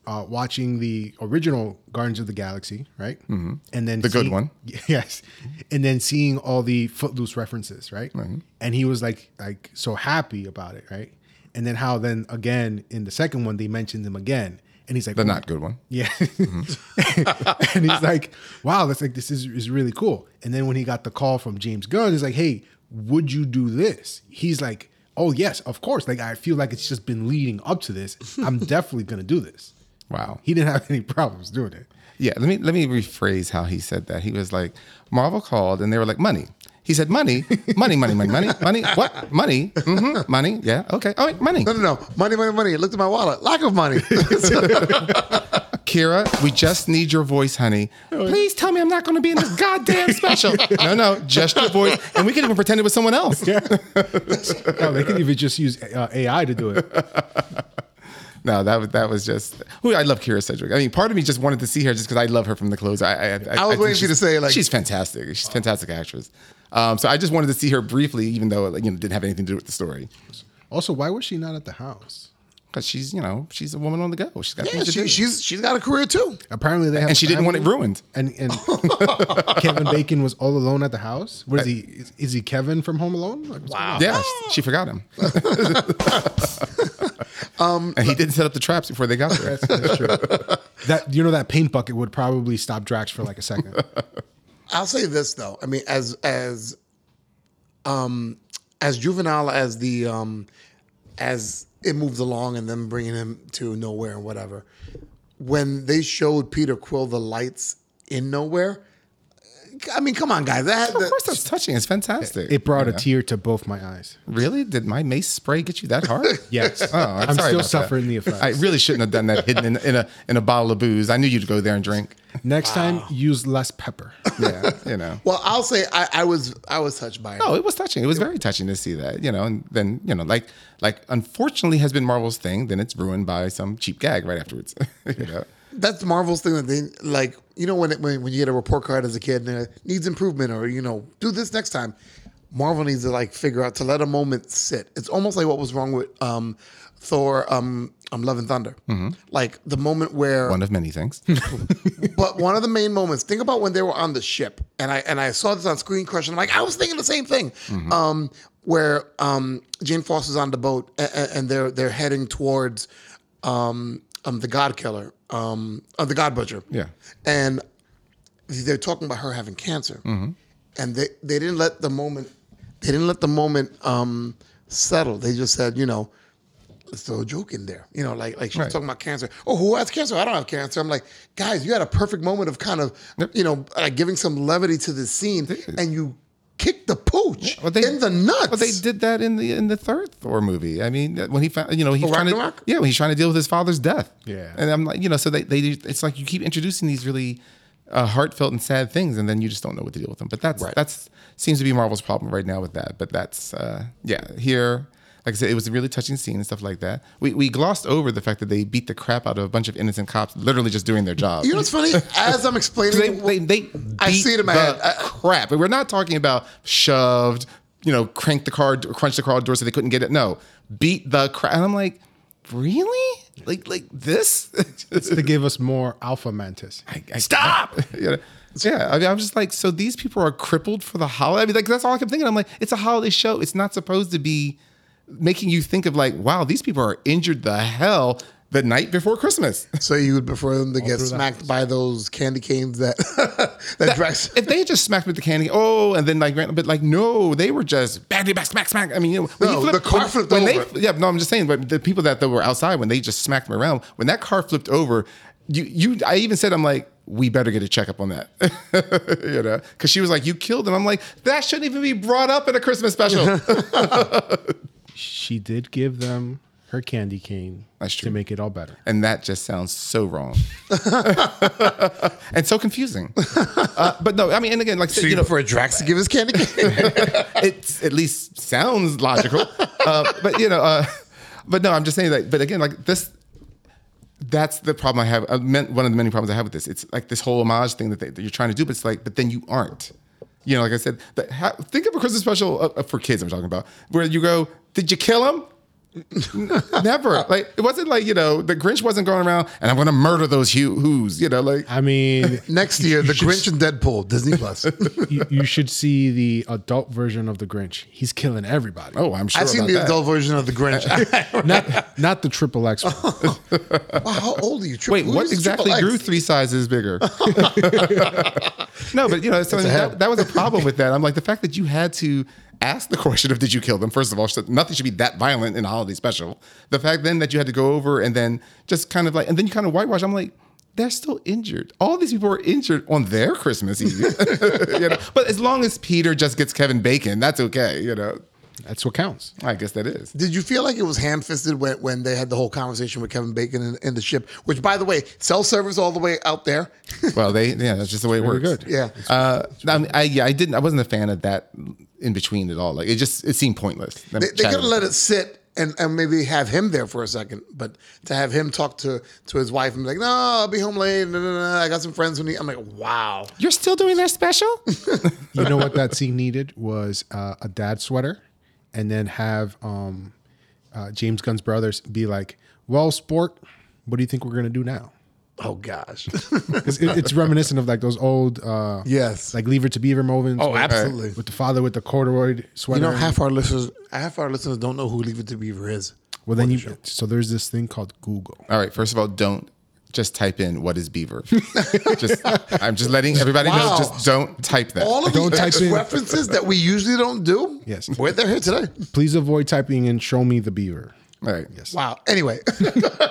[SPEAKER 7] uh, watching the original Guardians of the Galaxy, right? Mm-hmm. And then
[SPEAKER 6] The good
[SPEAKER 7] seeing-
[SPEAKER 6] one.
[SPEAKER 7] yes, and then seeing all the Footloose references, right? And he was like like so happy about it, right? And then how then again in the second one they mentioned him again, and he's like "Oh
[SPEAKER 6] The not good one.
[SPEAKER 7] yeah.
[SPEAKER 6] Mm-hmm.
[SPEAKER 7] and he's like, wow, that's like, this is, is really cool. And then when he got the call from James Gunn, he's like, hey, would you do this? He's like, oh, yes, of course. Like, I feel like it's just been leading up to this. I'm definitely going to do this.
[SPEAKER 6] Wow.
[SPEAKER 7] He didn't have any problems doing it.
[SPEAKER 6] Yeah, let me let me rephrase how he said that. He was like, Marvel called and they were like, money. He said, money, money, money, money, money, money. What? Money? hmm money? Yeah. Okay. All right. Money.
[SPEAKER 5] No, no, no. Money, money, money. Looked at my wallet. Lack of money.
[SPEAKER 6] Kira, we just need your voice, honey. Please tell me I'm not going to be in this goddamn special. no, no, just your voice, and we can even pretend it was someone else.
[SPEAKER 7] No, they could even just use uh, AI to do it.
[SPEAKER 6] No, that was that was just. Who I love Kira Sedgwick. I mean, part of me just wanted to see her just because I love her from the clothes. I I, I,
[SPEAKER 5] was
[SPEAKER 6] think
[SPEAKER 5] waiting for you
[SPEAKER 6] she's-
[SPEAKER 5] to say, like-
[SPEAKER 6] she's fantastic. She's a fantastic actress. Um, so I just wanted to see her briefly, even though like, you know didn't have anything to do with the story.
[SPEAKER 7] Also, why was she not at the house?
[SPEAKER 6] Because she's, you know, she's a woman on the go. She's got
[SPEAKER 5] yeah,
[SPEAKER 6] things to
[SPEAKER 5] she,
[SPEAKER 6] do.
[SPEAKER 5] she's, she's got a career too.
[SPEAKER 7] Apparently, they have
[SPEAKER 6] and she didn't want it
[SPEAKER 7] family.
[SPEAKER 6] ruined.
[SPEAKER 7] And and Kevin Bacon was all alone at the house. What is he? Is, is he Kevin from Home Alone? Like, what's going on?
[SPEAKER 6] Yes, she forgot him.
[SPEAKER 5] Um,
[SPEAKER 6] and he didn't set up the traps before they got there.
[SPEAKER 7] That's, that's true. that you know that paint bucket would probably stop Drax for like a second.
[SPEAKER 5] I'll say this though. I mean, as as um as juvenile as the um as it moves along and them bringing him to nowhere and whatever. When they showed Peter Quill the lights in nowhere, I mean, come on, guys. That,
[SPEAKER 6] Of course,
[SPEAKER 5] that
[SPEAKER 6] that's touching. It's fantastic.
[SPEAKER 7] It brought
[SPEAKER 6] Yeah.
[SPEAKER 7] a tear to both my eyes.
[SPEAKER 6] Really? Did my mace spray get you that hard?
[SPEAKER 7] Yes.
[SPEAKER 6] Oh, I'm,
[SPEAKER 7] I'm
[SPEAKER 6] sorry
[SPEAKER 7] still
[SPEAKER 6] about
[SPEAKER 7] suffering
[SPEAKER 6] that.
[SPEAKER 7] the effects.
[SPEAKER 6] I really shouldn't have done that hidden in, in a in a bottle of booze. I knew you'd go there and drink.
[SPEAKER 7] Next time, use less pepper.
[SPEAKER 6] Yeah, you know.
[SPEAKER 5] well, I'll say I, I was I was touched by it.
[SPEAKER 6] No, it was touching. It was very touching to see that, you know. And then, you know, like, like, unfortunately, has been Marvel's thing. Then it's ruined by some cheap gag right afterwards. you know?
[SPEAKER 5] That's Marvel's thing that they like. You know when it, when when you get a report card as a kid and it needs improvement or you know do this next time. Marvel needs to like figure out to let a moment sit. It's almost like what was wrong with um, Thor, um, um, Love and Thunder. Like the moment where
[SPEAKER 6] One of many things.
[SPEAKER 5] but one of the main moments. Think about when they were on the ship, and I and I saw this on Screen Crush, and I'm like, I was thinking the same thing. Um, where um, Jane Foster's on the boat, and, and they're they're heading towards um, um, the God Killer, um, uh, the God Butcher.
[SPEAKER 6] Yeah.
[SPEAKER 5] and they're talking about her having cancer,
[SPEAKER 6] Mm-hmm.
[SPEAKER 5] and they they didn't let the moment they didn't let the moment um, settle. They just said, you know, let's throw a joke in there. You know, like like she's talking about cancer. Oh, who has cancer? I don't have cancer. I'm like, guys, you had a perfect moment of kind of you know like giving some levity to the scene, and you kicked the pooch
[SPEAKER 6] Well, they-
[SPEAKER 5] in the nuts.
[SPEAKER 6] Well, they did that in the in the third Thor movie. I mean, when he found, you know, he's
[SPEAKER 5] Oh,
[SPEAKER 6] trying to,
[SPEAKER 5] Ragnarok?
[SPEAKER 6] yeah, when he's trying to deal with his father's death.
[SPEAKER 9] Yeah.
[SPEAKER 6] and I'm like, you know, so they, they do- it's like you keep introducing these really uh, heartfelt and sad things, and then you just don't know what to deal with them. But that's that's seems to be Marvel's problem right now with that. But that's uh, yeah, here. Like I said, it was a really touching scene and stuff like that. We, we glossed over the fact that they beat the crap out of a bunch of innocent cops, literally just doing their job.
[SPEAKER 5] You know what's funny? As I'm explaining,
[SPEAKER 6] They, they, they
[SPEAKER 5] I
[SPEAKER 6] beat
[SPEAKER 5] see it in my
[SPEAKER 6] the
[SPEAKER 5] head. I-
[SPEAKER 6] crap. And we're not talking about shoved, you know, crank the car, crunch the car door so they couldn't get it. No, beat the crap. And I'm like, really? Like, like this?
[SPEAKER 9] to give us more alpha mantis.
[SPEAKER 6] Stop! yeah. Yeah, I mean, I'm just like, so these people are crippled for the holiday. I mean, like that's all I kept thinking. I'm like, it's a holiday show. It's not supposed to be making you think of like, wow, these people are injured the hell the night before Christmas.
[SPEAKER 5] so you would prefer them to get smacked by those candy canes that that, Drax
[SPEAKER 6] if they just smacked with the candy, oh, and then like, ran- but like, no, they were just bang, bang, smack, smack. I mean, you know, when
[SPEAKER 5] No,
[SPEAKER 6] you flip-
[SPEAKER 5] the car flipped
[SPEAKER 6] when they-
[SPEAKER 5] over.
[SPEAKER 6] yeah, no, I'm just saying, but the people that, that were outside when they just smacked them around, when that car flipped over, you, you, I even said, I'm like, we better get a checkup on that, you know, because she was like, you killed them. I'm like, that shouldn't even be brought up in a Christmas special.
[SPEAKER 9] She did give them her candy cane
[SPEAKER 6] That's
[SPEAKER 9] to
[SPEAKER 6] true.
[SPEAKER 9] make it all better.
[SPEAKER 6] and that just sounds so wrong and so confusing. Uh, but no, I mean, and again, like, I
[SPEAKER 5] So
[SPEAKER 6] said,
[SPEAKER 5] you
[SPEAKER 6] you know,
[SPEAKER 5] prefer Drax to give his candy cane?
[SPEAKER 6] it at least sounds logical. uh, but you know, uh, but no, I'm just saying that. But again, like this, that's the problem I have. I meant one of the many problems I have with this. It's like this whole homage thing that, they, that you're trying to do, but it's like, but then you aren't. You know, like I said, that ha- think of a Christmas special uh, uh, for kids. I'm talking about where you go, did you kill him? Never. Like it wasn't like you know the Grinch wasn't going around and I'm going to murder those who- who's. You know, like
[SPEAKER 9] I mean,
[SPEAKER 5] Next year, The Grinch and Deadpool, Disney Plus.
[SPEAKER 9] you, you should see the adult version of the Grinch. He's killing everybody.
[SPEAKER 6] oh, I'm sure.
[SPEAKER 5] I've seen
[SPEAKER 6] about
[SPEAKER 5] the
[SPEAKER 6] that.
[SPEAKER 5] adult version of The Grinch.
[SPEAKER 9] not not the triple X. one.
[SPEAKER 5] wow, how old are you? Triple-
[SPEAKER 6] Wait,
[SPEAKER 5] who
[SPEAKER 6] what
[SPEAKER 5] is
[SPEAKER 6] exactly
[SPEAKER 5] Triple
[SPEAKER 6] grew
[SPEAKER 5] X?
[SPEAKER 6] three sizes bigger? no, but you know, so that, that was a problem with that. I'm like, the fact that you had to ask the question of did you kill them, first of all, so nothing should be that violent in a holiday special. The fact then that you had to go over and then just kind of like, and then you kind of whitewash. I'm like, they're still injured. All these people are injured on their Christmas Eve. you know? But as long as Peter just gets Kevin Bacon, that's okay. You know,
[SPEAKER 9] That's what counts.
[SPEAKER 6] I guess that is.
[SPEAKER 5] Did you feel like it was ham fisted when, when they had the whole conversation with Kevin Bacon in, in the ship? Which, by the way, cell service all the way out there.
[SPEAKER 6] Well, they yeah, that's just the way it works.
[SPEAKER 9] good.
[SPEAKER 5] yeah.
[SPEAKER 6] Uh, I, mean, I yeah, I didn't. I wasn't a fan of that in between at all. Like it just it seemed pointless.
[SPEAKER 5] They, they could have let it sit and, and maybe have him there for a second, but to have him talk to, to his wife and be like, no, I'll be home late. No, no, no, I got some friends who need. I'm like, wow.
[SPEAKER 6] You're still doing their special.
[SPEAKER 9] You know what that scene needed was uh, a dad sweater, and then have um, uh, James Gunn's brothers be like, "Well, sport, what do you think we're gonna do now?"
[SPEAKER 5] Oh, gosh.
[SPEAKER 9] 'Cause it- it's reminiscent of like those old uh,
[SPEAKER 5] yes.
[SPEAKER 9] like Lever to Beaver moments.
[SPEAKER 5] Oh,
[SPEAKER 9] with-
[SPEAKER 5] absolutely.
[SPEAKER 9] With the father with the corduroy sweater.
[SPEAKER 5] you know, half our listeners, half our listeners don't know who Leave It to Beaver is.
[SPEAKER 9] well, then you. So there's this thing called Google.
[SPEAKER 6] all right. First of all, don't just type in what is beaver. just I'm just letting everybody
[SPEAKER 5] Wow.
[SPEAKER 6] know. Just don't type that.
[SPEAKER 5] All of
[SPEAKER 9] Don't
[SPEAKER 5] the
[SPEAKER 9] type
[SPEAKER 5] X
[SPEAKER 9] in-
[SPEAKER 5] references that we usually don't do.
[SPEAKER 9] Yes.
[SPEAKER 5] We're there here today.
[SPEAKER 9] Please avoid typing in "Show me the beaver."
[SPEAKER 6] all right. Yes.
[SPEAKER 5] Wow. Anyway.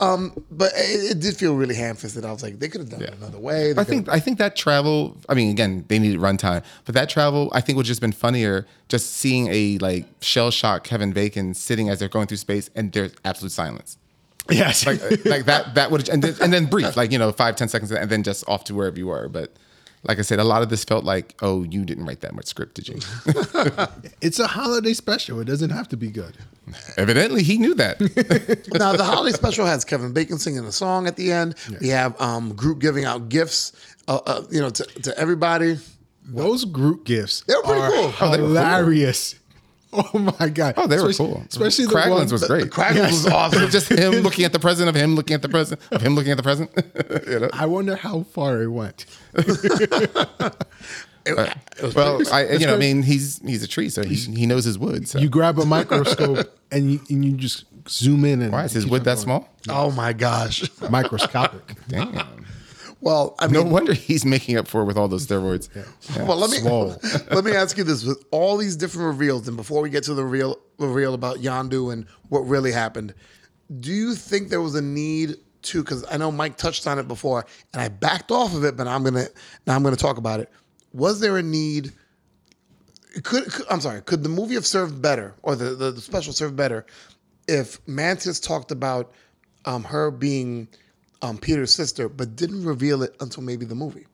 [SPEAKER 5] um, but it, it did feel really ham fisted. I was like, they could have done it another way. They
[SPEAKER 6] I think
[SPEAKER 5] could've-
[SPEAKER 6] I think that travel. I mean, again, they needed runtime, but that travel I think would just been funnier just seeing a like shell shock Kevin Bacon sitting as they're going through space and there's absolute silence.
[SPEAKER 9] Yes.
[SPEAKER 6] like, like that that would and then, and then brief like you know five ten seconds and then just off to wherever you were but like i said a lot of this felt like oh you didn't write that much script did you
[SPEAKER 9] it's a holiday special. It doesn't have to be good.
[SPEAKER 6] evidently he knew that
[SPEAKER 5] now the holiday special has Kevin Bacon singing a song at the end. We have um group giving out gifts, uh, uh, you know, to, to everybody.
[SPEAKER 9] Those group gifts.
[SPEAKER 5] They were pretty
[SPEAKER 9] are
[SPEAKER 5] cool. Oh,
[SPEAKER 6] they were cool.
[SPEAKER 9] hilarious. Oh my god.
[SPEAKER 6] oh they were
[SPEAKER 9] Especially-
[SPEAKER 6] cool
[SPEAKER 9] Especially the
[SPEAKER 6] Craglan's
[SPEAKER 9] one,
[SPEAKER 6] was
[SPEAKER 9] that-
[SPEAKER 6] great
[SPEAKER 5] The crackers was awesome.
[SPEAKER 6] just him looking at the present of him looking at the present of him looking at the present you know
[SPEAKER 9] I wonder how far it went.
[SPEAKER 6] well i you know i mean he's he's a tree so he, he knows his wood so
[SPEAKER 9] You grab a microscope and you, and you just zoom in and
[SPEAKER 6] why is his wood that small
[SPEAKER 5] oh my gosh.
[SPEAKER 9] Microscopic.
[SPEAKER 6] damn
[SPEAKER 5] Well, I
[SPEAKER 6] No
[SPEAKER 5] mean,
[SPEAKER 6] wonder he's making up for it with all those steroids.
[SPEAKER 5] well, let me
[SPEAKER 9] swole.
[SPEAKER 5] let me ask you this: with all these different reveals, and before we get to the real reveal about Yandu and what really happened, do you think there was a need to? Because I know Mike touched on it before, and I backed off of it, but I'm gonna now I'm gonna talk about it. Was there a need? Could, could I'm sorry? Could the movie have served better, or the the, the special served better, if Mantis talked about um, her being um, Peter's sister, but didn't reveal it until maybe the movie?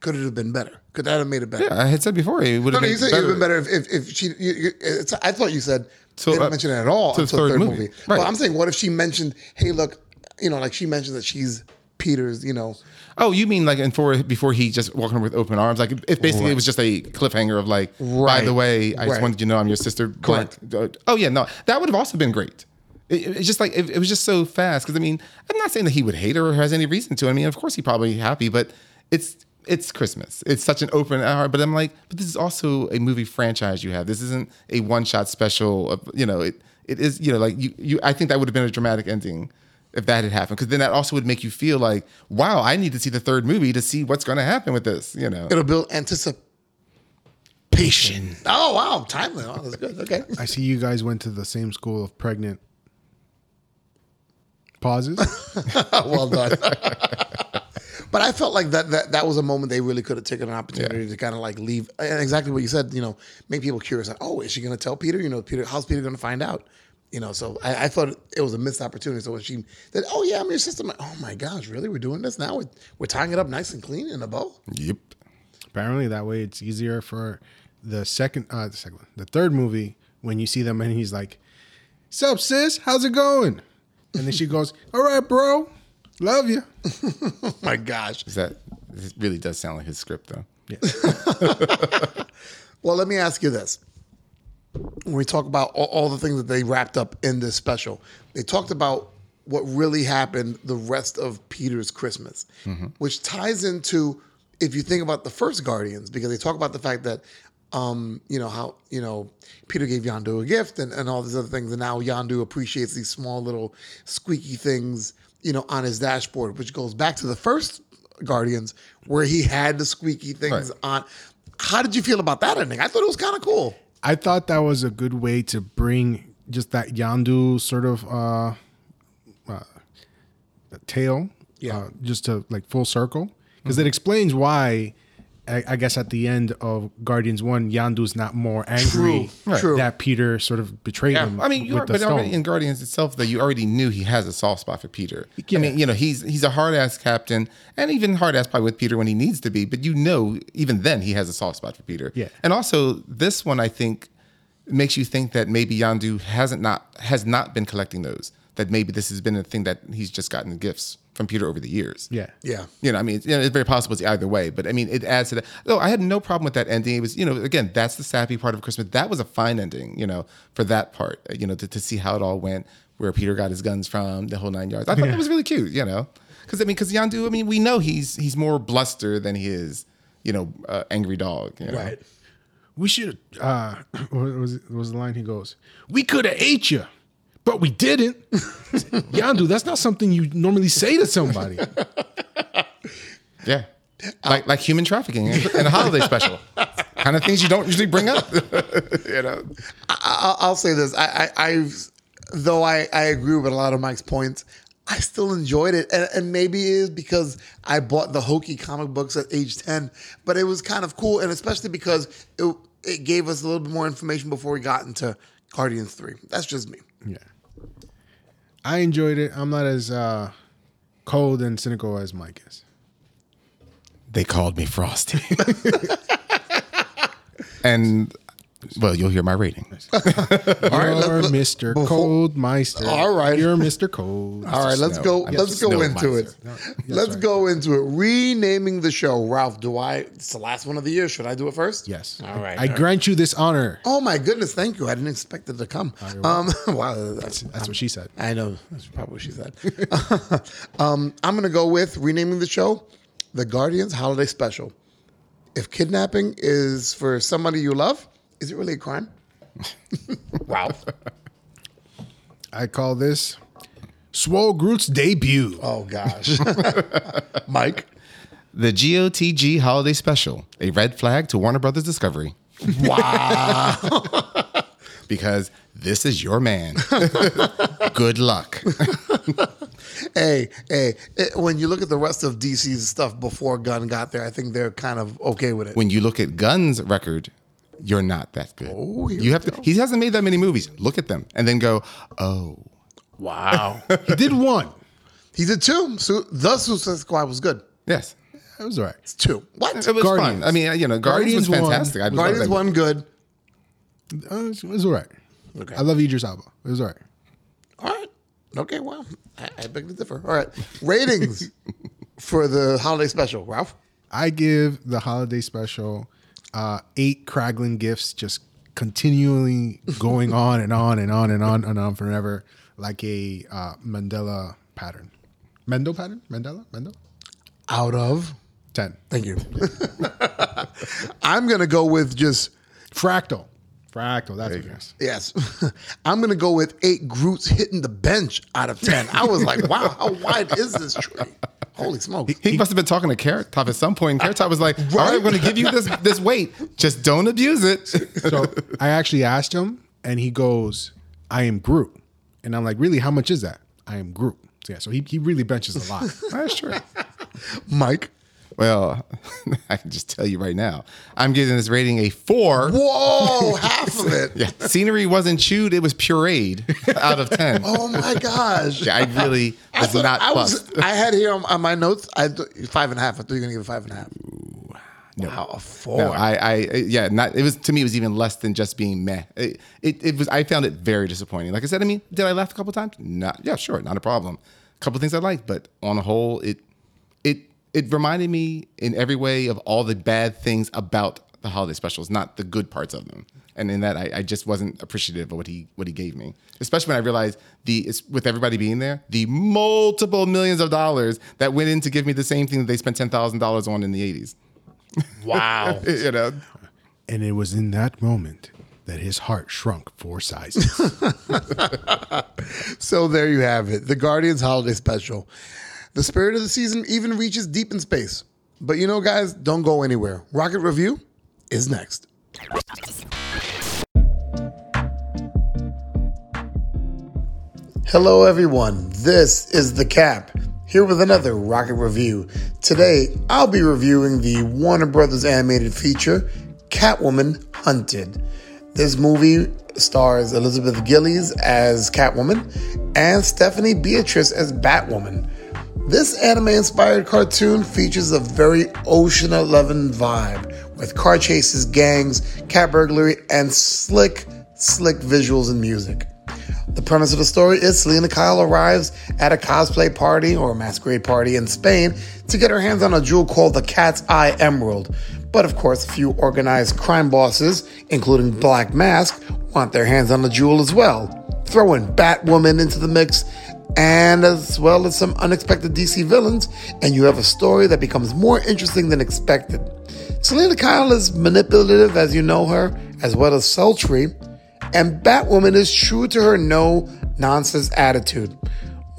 [SPEAKER 5] Could it have been better? Could that have made it better?
[SPEAKER 6] I had said before it would
[SPEAKER 5] No,
[SPEAKER 6] have
[SPEAKER 5] no,
[SPEAKER 6] been
[SPEAKER 5] you said it would have been better if, if, if she. You, you, it's, I thought you said
[SPEAKER 6] Till,
[SPEAKER 5] didn't
[SPEAKER 6] uh,
[SPEAKER 5] mention it at all
[SPEAKER 6] till
[SPEAKER 5] until the third movie.
[SPEAKER 6] Right.
[SPEAKER 5] But I'm saying, what if she mentioned, "Hey, look, you know, like she mentioned that she's Peter's, you know,
[SPEAKER 6] Oh, you mean like and for before he just walked in with open arms? Like it basically it was just a cliffhanger of like, by
[SPEAKER 5] Right.
[SPEAKER 6] the way, I
[SPEAKER 5] Right.
[SPEAKER 6] just wanted you to know I'm your sister. blank. Oh yeah, no, that would have also been great. It, it- it's just like it, it was just so fast because I mean I'm not saying that he would hate her or has any reason to. I mean of course he probably happy, but it's it's Christmas. It's such an open hour. But I'm like, but this is also a movie franchise you have. This isn't a one shot special. Of, you know it it is you know like you you I think that would have been a dramatic ending if that had happened because then that also would make you feel like wow i need to see the third movie to see what's going to happen with this you know
[SPEAKER 5] it'll build anticipation." Oh wow, timely. Oh, that's good. Okay.
[SPEAKER 7] I see you guys went to the same school of pregnant pauses.
[SPEAKER 5] well done. but I felt like that, that that was a moment they really could have taken an opportunity to kind of like leave. And exactly what you said, you know, make people curious. Like, oh, is she going to tell Peter? You know, Peter, how's Peter going to find out? You know, so I, I thought it was a missed opportunity. So when she said, "Oh yeah, I'm your sister," I'm like, "Oh my gosh, really? We're doing this now? We're, we're tying it up nice and clean in a bow."
[SPEAKER 6] yep
[SPEAKER 7] Apparently, that way it's easier for the second, uh, the second, one, the third movie when you see them and he's like, "Sup, sis? How's it going?" And then she goes, "All right, bro, love you."
[SPEAKER 5] Oh my gosh.
[SPEAKER 6] is that this really does sound like his script though
[SPEAKER 5] Well, let me ask you this. When we talk about all, all the things that they wrapped up in this special, they talked about what really happened the rest of Peter's Christmas, which ties into if you think about the first Guardians, because they talk about the fact that, um, you know, how, you know, Peter gave Yandu a gift and, and all these other things. And now Yandu appreciates these small little squeaky things, you know, on his dashboard, which goes back to the first Guardians where he had the squeaky things
[SPEAKER 6] Right.
[SPEAKER 5] on. How did you feel about that ending? I thought it was kind of cool.
[SPEAKER 7] I thought that was a good way to bring just that Yandu sort of uh, uh, tail,
[SPEAKER 5] Yeah.
[SPEAKER 7] uh, just to like full circle, because
[SPEAKER 6] Mm-hmm.
[SPEAKER 7] it explains why. I, I guess at the end of Guardians One, Yandu's not more angry
[SPEAKER 5] True, Right. true.
[SPEAKER 7] that Peter sort of betrayed him.
[SPEAKER 6] I mean, you
[SPEAKER 7] with
[SPEAKER 6] are,
[SPEAKER 7] the
[SPEAKER 6] but
[SPEAKER 7] stone.
[SPEAKER 6] already in Guardians itself, though, you already knew he has a soft spot for Peter. I mean, you know, he's he's a hard ass captain, and even hard ass probably with Peter when he needs to be. But you know, even then, he has a soft spot for Peter.
[SPEAKER 7] Yeah.
[SPEAKER 6] And also, this one I think makes you think that maybe Yandu hasn't not has not been collecting those. That maybe this has been a thing that he's just gotten gifts from Peter over the years.
[SPEAKER 7] yeah,
[SPEAKER 5] Yeah.
[SPEAKER 6] You know, I mean, it's, you know, it's very possible it's either way, but I mean, it adds to that. No, I had no problem with that ending. It was, you know, again, that's the sappy part of Christmas. That was a fine ending, you know, for that part, you know, to, to see how it all went, where Peter got his guns from, the whole nine yards. I thought that was really cute, you know, because I mean, because Yandu, I mean, we know he's he's more bluster than he is, you know, uh, angry dog. You know?
[SPEAKER 5] Right.
[SPEAKER 7] we should. Uh, what was what was the line he goes? We could have ate you, but we didn't. Yandu, that's not something you normally say to somebody.
[SPEAKER 6] Yeah. Like like human trafficking in a holiday special, kind of things you don't usually bring up. you know.
[SPEAKER 5] I, I'll say this. I, I, I though I, I agree with a lot of Mike's points. I still enjoyed it, and, and maybe it is because I bought the hokey comic books at age ten. But it was kind of cool, and especially because it it gave us a little bit more information before we got into Guardians Three. That's just me.
[SPEAKER 7] Yeah. I enjoyed it. I'm not as uh, cold and cynical as Mike is.
[SPEAKER 6] They called me Frosty. and well, you'll hear my rating.
[SPEAKER 7] You're
[SPEAKER 5] let's- let-
[SPEAKER 7] Mr.
[SPEAKER 5] before-
[SPEAKER 7] Cold Meister.
[SPEAKER 5] All right.
[SPEAKER 7] You're Mr. Cold.
[SPEAKER 5] All right, let's go.
[SPEAKER 6] I'm
[SPEAKER 5] let's
[SPEAKER 6] just
[SPEAKER 5] go
[SPEAKER 6] snow
[SPEAKER 5] into
[SPEAKER 6] miser.
[SPEAKER 5] it. let's go into it. Renaming the show, Ralph. Do I? It's the last one of the year. Should I do it first?
[SPEAKER 7] Yes.
[SPEAKER 5] All right.
[SPEAKER 7] I grant you this honor.
[SPEAKER 5] Oh my goodness! Thank you. I didn't expect it to come. Um, wow, that's,
[SPEAKER 7] That's what she said.
[SPEAKER 5] I know. That's probably what she said. um, I'm going to go with renaming the show The Guardians Holiday Special. If kidnapping is for somebody you love, is it really a crime? wow.
[SPEAKER 7] I call this Swole Groot's debut.
[SPEAKER 5] Oh, gosh. Mike.
[SPEAKER 6] The GOTG Holiday Special, a red flag to Warner Brothers Discovery.
[SPEAKER 5] Wow.
[SPEAKER 6] Because this is your man. Good luck.
[SPEAKER 5] hey, hey, it- when you look at the rest of DC's stuff before Gunn got there, I think they're kind of okay with it.
[SPEAKER 6] when you look at Gunn's record, you're not that good. you have to. He hasn't made that many movies. Look at them and then go, oh,
[SPEAKER 7] Wow. he did one.
[SPEAKER 5] He did two. So the Suicide Squad was good.
[SPEAKER 6] yes,
[SPEAKER 7] That was all right.
[SPEAKER 5] It's two. What?
[SPEAKER 6] it was
[SPEAKER 7] Guardians.
[SPEAKER 6] fun. I mean, you know, Guardians,
[SPEAKER 7] Guardians
[SPEAKER 6] was
[SPEAKER 7] won.
[SPEAKER 6] fantastic. I love
[SPEAKER 5] Guardians
[SPEAKER 6] that
[SPEAKER 5] one good.
[SPEAKER 7] Uh, it was all right. Okay. I love Idris Alba. It was all right.
[SPEAKER 5] All right. Okay. Well, I, I beg to differ. All right. Ratings for the holiday special, Ralph.
[SPEAKER 7] I give the holiday special uh, eight Kraglin gifts, just continually going on and on and on and on and on forever, like a uh, Mandela pattern. Mendo pattern? Mandela? Mendo?
[SPEAKER 5] Out of.
[SPEAKER 7] 10.
[SPEAKER 5] Thank you. I'm gonna go with just
[SPEAKER 7] Fractal. Fractal. That's what it is.
[SPEAKER 5] yes. I'm gonna go with eight Groots hitting the bench out of ten. I was like, wow, how wide is this tree? Holy smoke!
[SPEAKER 6] He must have been talking to Carrot Top at some point. and Carrot Top was like, "All right, I'm going to give you this this weight. Just don't abuse it."
[SPEAKER 7] So I actually asked him, and he goes, I am Groot. And I'm like, really? How much is that? I am Groot. So, yeah, so he, he really benches a lot.
[SPEAKER 6] That's true.
[SPEAKER 5] Mike.
[SPEAKER 6] Well, I can just tell you right now, I'm giving this rating a four.
[SPEAKER 5] Whoa, half of it.
[SPEAKER 6] Yeah, scenery wasn't chewed; it was pureed out of ten.
[SPEAKER 5] Oh my gosh.
[SPEAKER 6] Yeah, I really
[SPEAKER 5] I
[SPEAKER 6] was
[SPEAKER 5] thought-
[SPEAKER 6] not
[SPEAKER 5] I
[SPEAKER 6] fussed.
[SPEAKER 5] I had here on, on my notes. I th- five and a half. I thought you were gonna give it five and a half. Wow, a four.
[SPEAKER 6] No, I, I, yeah, not. It was to me, it was even less than just being meh. It, it, it was. I found it very disappointing. Like I said, I mean, did I laugh a couple times? Not, yeah, sure, not a problem. A couple things I liked, but on the whole, it, it, it reminded me in every way of all the bad things about the holiday specials, not the good parts of them. And in that, I, I just wasn't appreciative of what he what he gave me, especially when I realized the it's, with everybody being there, the multiple millions of dollars that went in to give me the same thing that they spent ten thousand dollars on in the eighties.
[SPEAKER 5] wow.
[SPEAKER 6] You know,
[SPEAKER 7] and it was in that moment that his heart shrunk four sizes.
[SPEAKER 5] So there you have it. The Guardians Holiday Special. The spirit of the season even reaches deep in space. But you know, guys, don't go anywhere. Rocket Review is next. Hello, everyone. This is The Cap, here with another Rocket Review. Today, I'll be reviewing the Warner Brothers animated feature, Catwoman Hunted. This movie stars Elizabeth Gillies as Catwoman and Stephanie Beatrice as Batwoman. This anime inspired cartoon features a very Ocean Eleven vibe with car chases, gangs, cat burglary, and slick, slick visuals and music. The premise of the story is Selena Kyle arrives at a cosplay party or masquerade party in Spain to get her hands on a jewel called the Cat's Eye Emerald. But of course, a few organized crime bosses, including Black Mask, want their hands on the jewel as well, throwing Batwoman into the mix, and as well as some unexpected DC villains, and you have a story that becomes more interesting than expected. Selena Kyle is manipulative as you know her, as well as sultry, and Batwoman is true to her no nonsense attitude.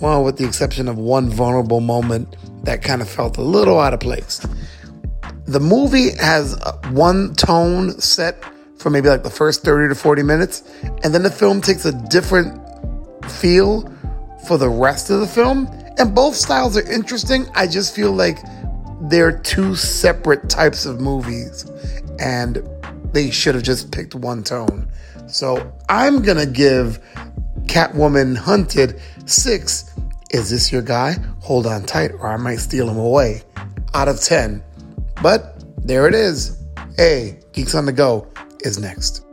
[SPEAKER 5] Well, with the exception of one vulnerable moment that kind of felt a little out of place. The movie has uh, one tone set for maybe like the first 30 to 40 minutes, and then the film takes a different feel for the rest of the film. And both styles are interesting. I just feel like they're two separate types of movies, and they should have just picked one tone. So I'm gonna give Catwoman Hunted six. Is this your guy? Hold on tight, or I might steal him away. Out of 10. But there it is. Hey, Geeks on the Go is next.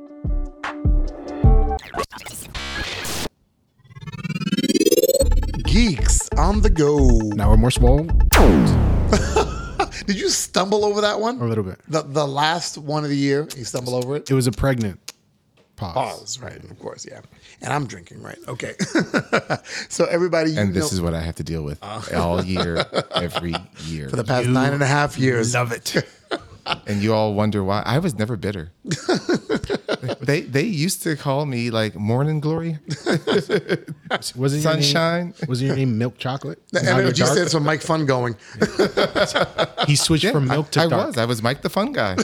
[SPEAKER 5] Geeks on the Go.
[SPEAKER 7] now we're more small
[SPEAKER 5] Did you stumble over that one?
[SPEAKER 7] a little bit.
[SPEAKER 5] The, the last one of the year, you stumble over it?
[SPEAKER 7] It was a pregnant pause.
[SPEAKER 5] Pause, right, of course, yeah. And I'm drinking, right? Okay. so everybody, you
[SPEAKER 6] and this
[SPEAKER 5] know,
[SPEAKER 6] is what I have to deal with all year, every year.
[SPEAKER 5] Uh. for the past nine and a half years. Love it.
[SPEAKER 6] and you all wonder why I was never bitter. they they used to call me like Morning Glory,
[SPEAKER 9] Wasn't your name-
[SPEAKER 6] Sunshine.
[SPEAKER 9] was your name Milk Chocolate?
[SPEAKER 5] The
[SPEAKER 9] Now you're
[SPEAKER 5] MMG
[SPEAKER 9] dark.
[SPEAKER 5] stands for Mike Fun Going.
[SPEAKER 9] He switched from milk to
[SPEAKER 6] I
[SPEAKER 9] dark.
[SPEAKER 6] was I was Mike the Fun Guy,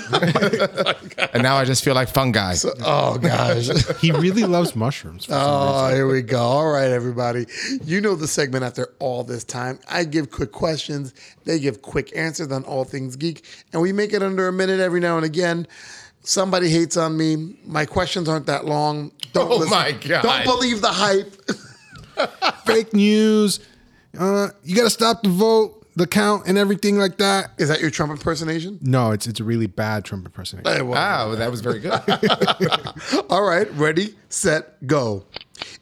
[SPEAKER 6] and now I just feel like Fun Guy.
[SPEAKER 5] Oh gosh.
[SPEAKER 9] He really loves mushrooms. For
[SPEAKER 6] Uh,
[SPEAKER 9] some reason.
[SPEAKER 5] Oh, here we go. All right, everybody. You know the segment after all this time. I give quick questions, they give quick answers on all things geek, and we make it under a minute every now and again. Somebody hates on me. My questions aren't that long. Don't
[SPEAKER 6] Oh, my God.
[SPEAKER 5] Don't believe the hype.
[SPEAKER 7] Fake news. Uh, you got to stop the vote, the count, and everything like that.
[SPEAKER 5] Is that your Trump impersonation?
[SPEAKER 9] No, it's it's a really bad Trump impersonation.
[SPEAKER 5] Eh, well,
[SPEAKER 6] Wow, that was very good.
[SPEAKER 5] All right, ready, set, go.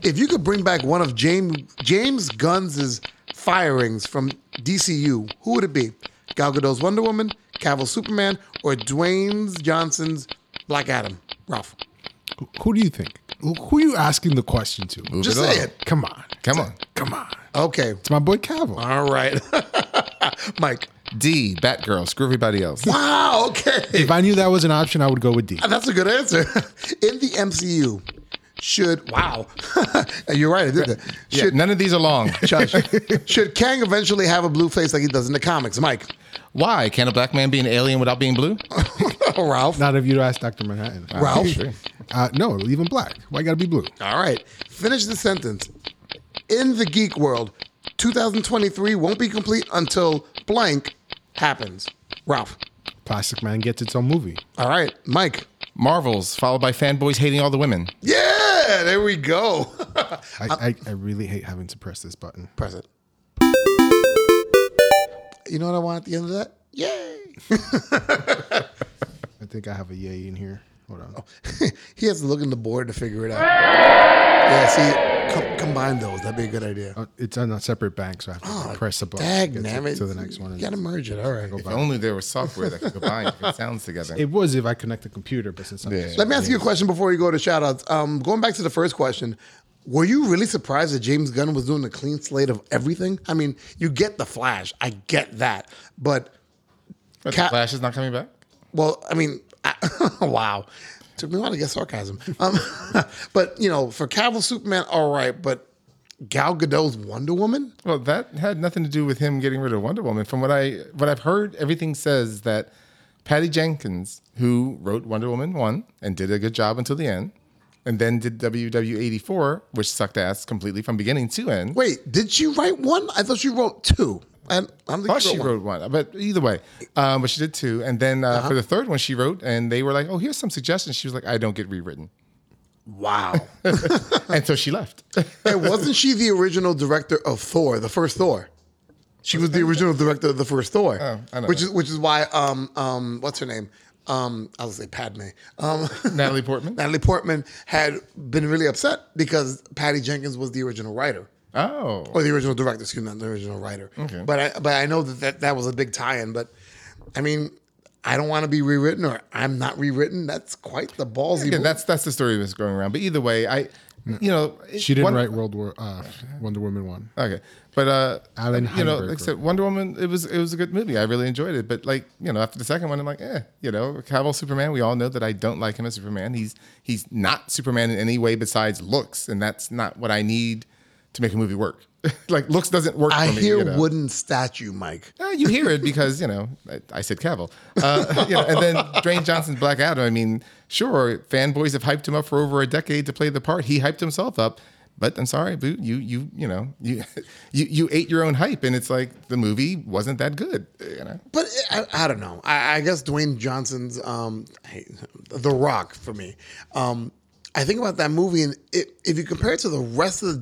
[SPEAKER 5] If you could bring back one of James James Gunn's firings from DCU, who would it be? Gal Gadot's Wonder Woman, Cavill Superman, or Dwayne Johnson's Black Adam? Ralph,
[SPEAKER 7] Who do you think? Who, who are you asking the question to?
[SPEAKER 6] Move
[SPEAKER 5] just
[SPEAKER 6] it
[SPEAKER 5] say
[SPEAKER 6] along.
[SPEAKER 5] it.
[SPEAKER 7] Come on.
[SPEAKER 6] Come on. Oh.
[SPEAKER 7] Come on.
[SPEAKER 5] Okay,
[SPEAKER 7] It's my boy Cavill.
[SPEAKER 5] all right, Mike.
[SPEAKER 6] D, Batgirl, screw everybody else.
[SPEAKER 5] Wow, okay,
[SPEAKER 7] If I knew that was an option, I would go with D.
[SPEAKER 5] that's a good answer. In the MCU, should wow, you're right, I did that.
[SPEAKER 6] Yeah,
[SPEAKER 5] Should
[SPEAKER 6] none of these are long.
[SPEAKER 5] should Kang eventually have a blue face like he does in the comics, Mike?
[SPEAKER 6] Why can't a black man be an alien without being blue?
[SPEAKER 5] Ralph.
[SPEAKER 9] Not if you ask Dr. Manhattan.
[SPEAKER 5] Ralph.
[SPEAKER 9] Uh, no, leave him black. Why gotta be blue?
[SPEAKER 5] All right. Finish the sentence. In the geek world, 2023 won't be complete until blank happens. Ralph.
[SPEAKER 9] Plastic Man gets its own movie.
[SPEAKER 5] All right. Mike.
[SPEAKER 6] Marvels, followed by fanboys hating all the women.
[SPEAKER 5] Yeah, there we go.
[SPEAKER 6] Uh.
[SPEAKER 9] I, I, I really hate having to press this button.
[SPEAKER 5] Press it. You know what I want at the end of that? Yay.
[SPEAKER 9] I think I have a yay in here. Hold
[SPEAKER 6] Oh.
[SPEAKER 9] on.
[SPEAKER 5] he has to look in the board to figure it out. Yeah, see, com- combine those. That'd be a good idea.
[SPEAKER 9] Uh, It's on a separate bank, so I have to like, press a button
[SPEAKER 5] Ah, Dag
[SPEAKER 9] to,
[SPEAKER 5] nabbit.
[SPEAKER 9] to the next one.
[SPEAKER 5] You gotta merge it. All right.
[SPEAKER 6] If only there was software that could combine different sounds together.
[SPEAKER 9] It was if I connect the computer, but since I'm
[SPEAKER 6] Yeah.
[SPEAKER 5] Let me ask you a question before we go to shout outs. Um, going back to the first question, were you really surprised that James Gunn was doing a clean slate of everything? I mean, you get the Flash, I get that, but
[SPEAKER 6] But
[SPEAKER 5] Ca-
[SPEAKER 6] Flash is not coming back.
[SPEAKER 5] well, I mean, I, wow, took me a while to get sarcasm. Um, but you know, for Cavill Superman, all right, but Gal Gadot's Wonder Woman,
[SPEAKER 6] Well, that had nothing to do with him getting rid of Wonder Woman. From what I what I've heard, everything says that Patty Jenkins, who wrote Wonder Woman one and did a good job until the end, and then did WW eighty four, which sucked ass completely from beginning to end.
[SPEAKER 5] wait, did she write one? I thought she wrote two. And I'm the
[SPEAKER 6] thought she wrote one, but either way, um, but she did two. And then uh, for the third one, she wrote, and they were like, "Oh, here's some suggestions." She was like, "I don't get rewritten,"
[SPEAKER 5] Wow.
[SPEAKER 6] and so she left.
[SPEAKER 5] and wasn't she the original director of Thor, the first Thor? She was the original director of the first Thor,
[SPEAKER 6] Oh, I know
[SPEAKER 5] which
[SPEAKER 6] that.
[SPEAKER 5] is which is why um um what's her name um I was gonna say Padme um
[SPEAKER 6] Natalie Portman.
[SPEAKER 5] Natalie Portman had been really upset because Patty Jenkins was the original writer
[SPEAKER 6] Oh,
[SPEAKER 5] or the original director, excuse me, not the original writer. Okay. But I but I know that, that that was a big tie-in, but I mean. I don't want to be rewritten, or I'm not rewritten. That's quite the ballsy.
[SPEAKER 6] yeah,
[SPEAKER 5] move.
[SPEAKER 6] that's that's the story that's going around. But either way, I, you know, it-
[SPEAKER 9] She didn't
[SPEAKER 6] one-
[SPEAKER 9] write World War uh, Wonder Woman one.
[SPEAKER 6] Okay, but uh,
[SPEAKER 9] Alan
[SPEAKER 6] you know, like I
[SPEAKER 9] Heinberg
[SPEAKER 6] said, Wonder Woman. It was it was a good movie. I really enjoyed it. But like you know, after the second one, I'm like, eh, you know, Cavill Superman. We all know that I don't like him as Superman. He's he's not Superman in any way besides looks, and that's not what I need to make a movie work. like looks doesn't work.
[SPEAKER 5] I
[SPEAKER 6] for me,
[SPEAKER 5] hear
[SPEAKER 6] you know?
[SPEAKER 5] wooden statue, Mike.
[SPEAKER 6] Uh, you hear it because you know I, I said Cavill, uh, you know, and then Dwayne Johnson's Black Adam. I mean, sure, fanboys have hyped him up for over a decade to play the part. He hyped himself up, but I'm sorry, Boo, you you you know you you you ate your own hype, and it's like the movie wasn't that good. You know,
[SPEAKER 5] But I, I don't know. I, I guess Dwayne Johnson's um, I- The Rock for me. Um, I think about that movie, and it, if you compare it to the rest of the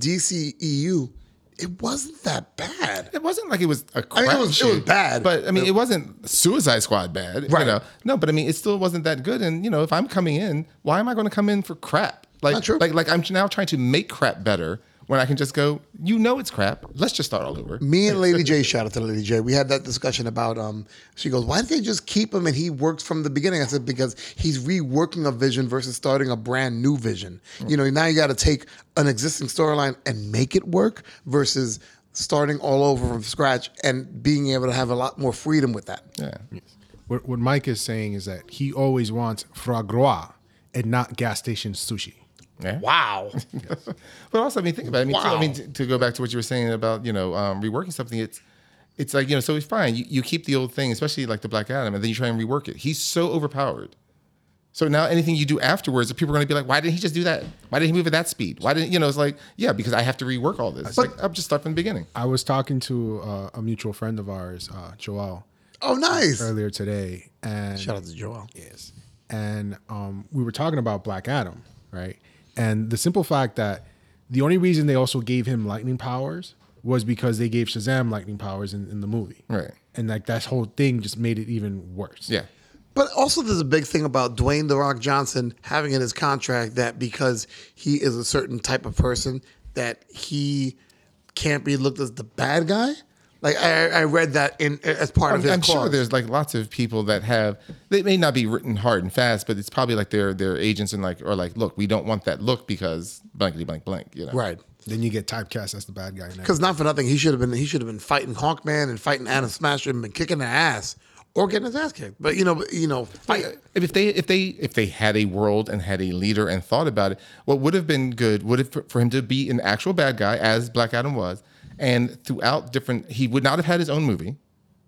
[SPEAKER 5] DCEU, it wasn't that bad.
[SPEAKER 6] it wasn't like it was a
[SPEAKER 5] I mean,
[SPEAKER 6] crap
[SPEAKER 5] it was- it was
[SPEAKER 6] shoot,
[SPEAKER 5] bad.
[SPEAKER 6] but I mean, it wasn't Suicide Squad bad,
[SPEAKER 5] Right.
[SPEAKER 6] You know? No, but I mean, it still wasn't that good. And you know, if I'm coming in, why am I going to come in for crap?
[SPEAKER 5] Not
[SPEAKER 6] Like,
[SPEAKER 5] true.
[SPEAKER 6] like, like I'm now trying to make crap better when I can just go. You know, it's crap. Let's just start all over.
[SPEAKER 5] Me and Lady J, shout out to Lady J. We had that discussion about. Um, she goes, "Why did they just keep him and he worked from the beginning?" I said, "Because he's reworking a vision versus starting a brand new vision. You know, now you got to take an existing storyline and make it work versus starting all over from scratch and being able to have a lot more freedom with that."
[SPEAKER 6] Yeah.
[SPEAKER 9] What, what Mike is saying is that he always wants Fragrois
[SPEAKER 11] and not gas station sushi.
[SPEAKER 6] Yeah.
[SPEAKER 5] Wow.
[SPEAKER 6] But also, I mean, think about it. I mean, too,
[SPEAKER 5] Wow.
[SPEAKER 6] I mean, to, to go back to what you were saying about you know um, reworking something, it's it's like you know, so it's fine. You, you keep the old thing, especially like the Black Adam, and then you try and rework it. He's so overpowered. So now anything you do afterwards, people are going to be like, "Why didn't he just do that? Why didn't he move at that speed? Why didn't you know?" It's like, yeah, because I have to rework all this. It's like I'm just stuck from the beginning.
[SPEAKER 7] I was talking to uh, a mutual friend of ours, uh, Joel,
[SPEAKER 5] Oh, nice.
[SPEAKER 7] earlier today, and
[SPEAKER 5] Shout out to Joel.
[SPEAKER 7] is. And um, we were talking about Black Adam, right? And the simple fact that the only reason they also gave him lightning powers was because they gave Shazam lightning powers in, in the movie.
[SPEAKER 6] Right.
[SPEAKER 7] And like that whole thing just made it even worse.
[SPEAKER 6] Yeah.
[SPEAKER 5] But also, there's a big thing about Dwayne The Rock Johnson having in his contract that because he is a certain type of person, that he can't be looked as the bad guy. Like I, I read that in as part of
[SPEAKER 6] I'm,
[SPEAKER 5] his
[SPEAKER 6] I'm sure
[SPEAKER 5] clause.
[SPEAKER 6] there's like lots of people that have they may not be written hard and fast, but it's probably like their their agents and like or like, look, we don't want that look because blankety blank blank. You know.
[SPEAKER 5] right
[SPEAKER 7] Then you get typecast as the bad guy now.
[SPEAKER 5] because not for nothing he should have been he should have been fighting Hawkman and fighting Anna Smasher and been kicking their ass or getting his ass kicked. But you know, but, you know, fight.
[SPEAKER 6] If if they if they if they had a world and had a leader and thought about it, what would have been good would have for him to be an actual bad guy as Black Adam was, and throughout different he would not have had his own movie.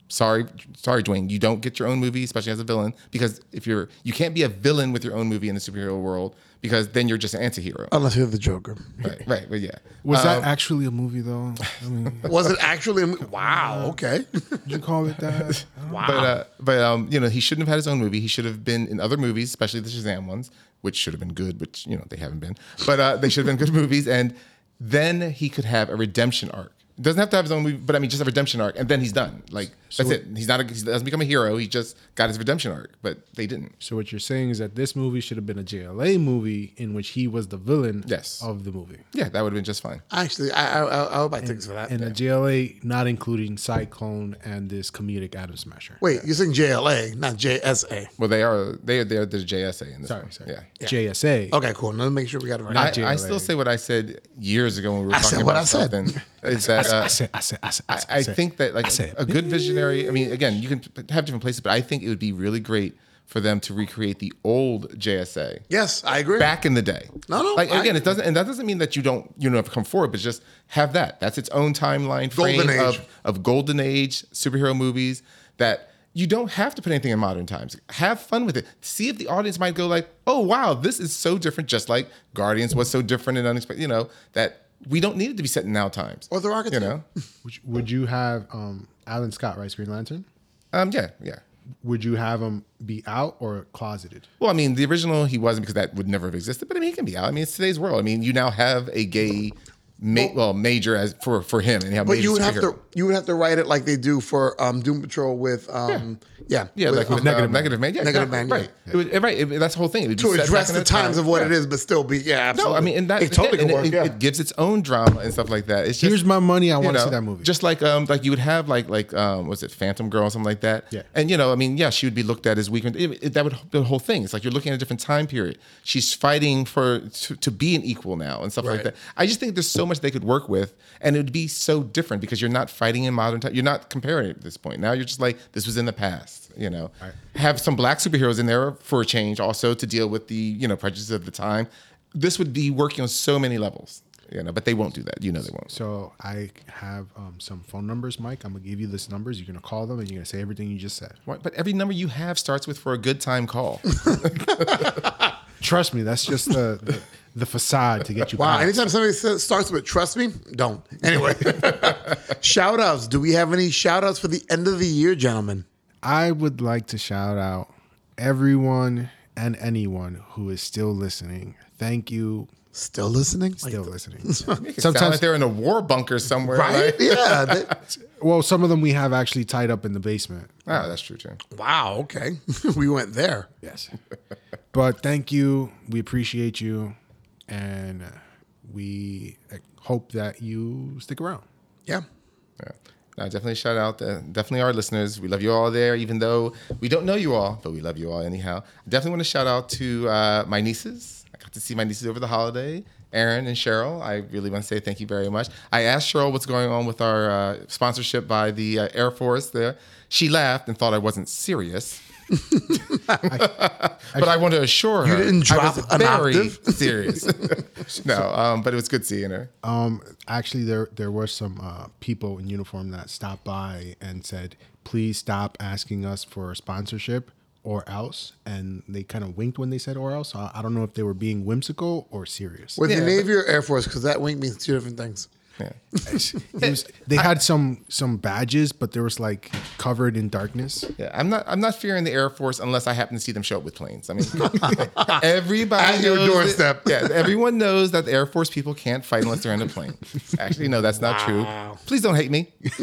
[SPEAKER 6] Sorry, sorry, Dwayne, you don't get your own movie, especially as a villain, because if you're you can't be a villain with your own movie in the superhero world because then you're just an antihero.
[SPEAKER 5] Unless you're the Joker,
[SPEAKER 6] Right, right, but yeah.
[SPEAKER 7] Oh.
[SPEAKER 6] Um,
[SPEAKER 7] Was that actually a movie though? I mean,
[SPEAKER 5] was it actually? A, mo- wow. Okay.
[SPEAKER 7] would you call it that? I don't know.
[SPEAKER 6] But uh, but um, you know, he shouldn't have had his own movie. He should have been in other movies, especially the Shazam ones, which should have been good, which you know they haven't been. But uh, they should have been good movies, and then he could have a redemption arc. Doesn't have to have his own movie, but I mean, just a redemption arc, and then he's done. Like that's it. He's not. A, he doesn't become a hero. He just got his redemption arc, but they didn't.
[SPEAKER 7] So what you're saying is that this movie should have been a JLA movie in which he was the villain
[SPEAKER 6] Yes.
[SPEAKER 7] of the movie.
[SPEAKER 6] Yeah, that would have been just fine.
[SPEAKER 5] Actually, I I, I, I hope I think for that.
[SPEAKER 7] And a JLA not including Cyclone and this comedic Adam Smasher.
[SPEAKER 5] Wait, you're saying JLA, not JSA.
[SPEAKER 6] Well, they are. They are. They are the JSA in this.
[SPEAKER 7] Sorry,
[SPEAKER 6] one.
[SPEAKER 7] sorry.
[SPEAKER 6] Yeah.
[SPEAKER 7] JSA.
[SPEAKER 5] Okay, cool. Now make sure we got it right.
[SPEAKER 6] I,
[SPEAKER 7] JLA.
[SPEAKER 6] I still say what I said years ago when we were
[SPEAKER 5] I
[SPEAKER 6] talking
[SPEAKER 5] said what
[SPEAKER 6] about
[SPEAKER 5] I said.
[SPEAKER 6] something. Is that uh,
[SPEAKER 11] I said, I said, I said, I,
[SPEAKER 6] I,
[SPEAKER 11] said,
[SPEAKER 6] I think that like
[SPEAKER 11] said-
[SPEAKER 6] a good visionary. I mean, again, you can p- have different places, but I think it would be really great for them to recreate the old JSA
[SPEAKER 5] yes, I agree.
[SPEAKER 6] back in the day.
[SPEAKER 5] No, no,
[SPEAKER 6] Like
[SPEAKER 5] I-
[SPEAKER 6] again, it doesn't, and that doesn't mean that you don't, you know, have come forward, but just have that. That's its own timeline frame
[SPEAKER 5] Golden age.
[SPEAKER 6] of of golden age superhero movies that you don't have to put anything in modern times. Have fun with it. See if the audience might go like, "Oh wow, this is so different." Just like Guardians was so different and unexpected. You know that we don't need it to be set in now times.
[SPEAKER 5] Or the Rocketeer.
[SPEAKER 6] You know.
[SPEAKER 7] Would, you- would you have um, Alan Scott, right? Green Lantern?
[SPEAKER 6] Um. Yeah. Yeah.
[SPEAKER 7] Would you have him be out or closeted?
[SPEAKER 6] Well, I mean, the original he wasn't because that would never have existed. But I mean, he can be out. I mean, it's today's world. I mean, you now have a gay, ma- well, major as for for him, and you have
[SPEAKER 5] But
[SPEAKER 6] major
[SPEAKER 5] you would have
[SPEAKER 6] superhero.
[SPEAKER 5] to you would have to write it like they do for um, Doom Patrol with um, yeah
[SPEAKER 6] Yeah, like with
[SPEAKER 5] um,
[SPEAKER 6] negative, man. negative man. Yeah,
[SPEAKER 5] Negative
[SPEAKER 6] exactly.
[SPEAKER 5] Man, yeah.
[SPEAKER 6] Right. It would- it- right. It- that's the whole thing. It would be
[SPEAKER 5] to
[SPEAKER 6] set
[SPEAKER 5] address
[SPEAKER 6] back in
[SPEAKER 5] the times of what
[SPEAKER 6] yeah.
[SPEAKER 5] it is, but still be yeah. Absolutely.
[SPEAKER 6] No, I mean, and that
[SPEAKER 5] it totally
[SPEAKER 6] again,
[SPEAKER 5] could work.
[SPEAKER 6] and it,
[SPEAKER 5] yeah.
[SPEAKER 6] it gives its own drama and stuff like that. It's just,
[SPEAKER 7] Here's my money. I
[SPEAKER 6] you
[SPEAKER 7] want
[SPEAKER 6] know,
[SPEAKER 7] to see that movie.
[SPEAKER 6] Just like um, like you would have like like um, was it Phantom Girl or something like that?
[SPEAKER 7] Yeah.
[SPEAKER 6] And you know, I mean, yeah, she would be looked at as weaker. It, it, that would the whole thing. It's like you're looking at a different time period. She's fighting for to, to be an equal now and stuff like that. I just think there's so much they could work with, and it would be so different because you're not fighting in modern time. You're not comparing it at this point. Now you're just like this was in the past. You know, have some black superheroes in there for a change, also to deal with the you know prejudices of the time. This would be working on so many levels. You know, but they won't do that. You know, they won't.
[SPEAKER 7] so I have um, some phone numbers, Mike. I'm going to give you these numbers. You're going to call them and you're going to say everything you just said.
[SPEAKER 6] Why- But every number you have starts with for a good time call.
[SPEAKER 7] Trust me, that's just the, the, the facade to get you
[SPEAKER 5] Wow.
[SPEAKER 7] past.
[SPEAKER 5] Anytime somebody says, starts with trust me, don't. Anyway, shout outs. Do we have any shout outs for the end of the year, gentlemen?
[SPEAKER 7] I would like to shout out everyone and anyone who is still listening. Thank you.
[SPEAKER 5] Still listening?
[SPEAKER 7] Still listening.
[SPEAKER 6] Sometimes
[SPEAKER 7] Sometimes,
[SPEAKER 6] they're in a war bunker somewhere.
[SPEAKER 5] right?
[SPEAKER 6] Right?
[SPEAKER 5] yeah. they-
[SPEAKER 7] well, some of them we have actually tied up in the basement.
[SPEAKER 6] Oh, that's true too.
[SPEAKER 5] wow. Okay. we went there.
[SPEAKER 7] Yes. but thank you. We appreciate you. And uh, we uh, hope that you stick around.
[SPEAKER 5] Yeah.
[SPEAKER 6] Yeah. No, definitely shout out the, definitely our listeners. We love you all there, even though we don't know you all, but we love you all anyhow. Definitely want to shout out to uh, my nieces. I got to see my nieces over the holiday, Erin and Cheryl. I really want to say thank you very much. I asked Cheryl what's going on with our uh, sponsorship by the uh, Air Force there. She laughed and thought I wasn't serious. but I want to assure her
[SPEAKER 5] You didn't
[SPEAKER 6] I was
[SPEAKER 5] drop an
[SPEAKER 6] very
[SPEAKER 5] octave?
[SPEAKER 6] serious. no, um, but it was good seeing her.
[SPEAKER 7] Um, actually, there there were some uh, people in uniform that stopped by and said, "Please stop asking us for sponsorship, or else." And they kind of winked when they said "or else." I, I don't know if they were being whimsical or serious.
[SPEAKER 5] With the Navy or Air Force, because that wink means two different things.
[SPEAKER 7] It was- they had some some badges, but there was like covered in darkness.
[SPEAKER 6] Yeah, I'm not. I'm not fearing the Air Force unless I happen to see them show up with planes. I mean, everybody
[SPEAKER 5] At your
[SPEAKER 6] knows that-
[SPEAKER 5] doorstep.
[SPEAKER 6] yeah, everyone knows that the Air Force people can't fight unless they're in a plane. Actually, no, that's not true. Please don't hate me.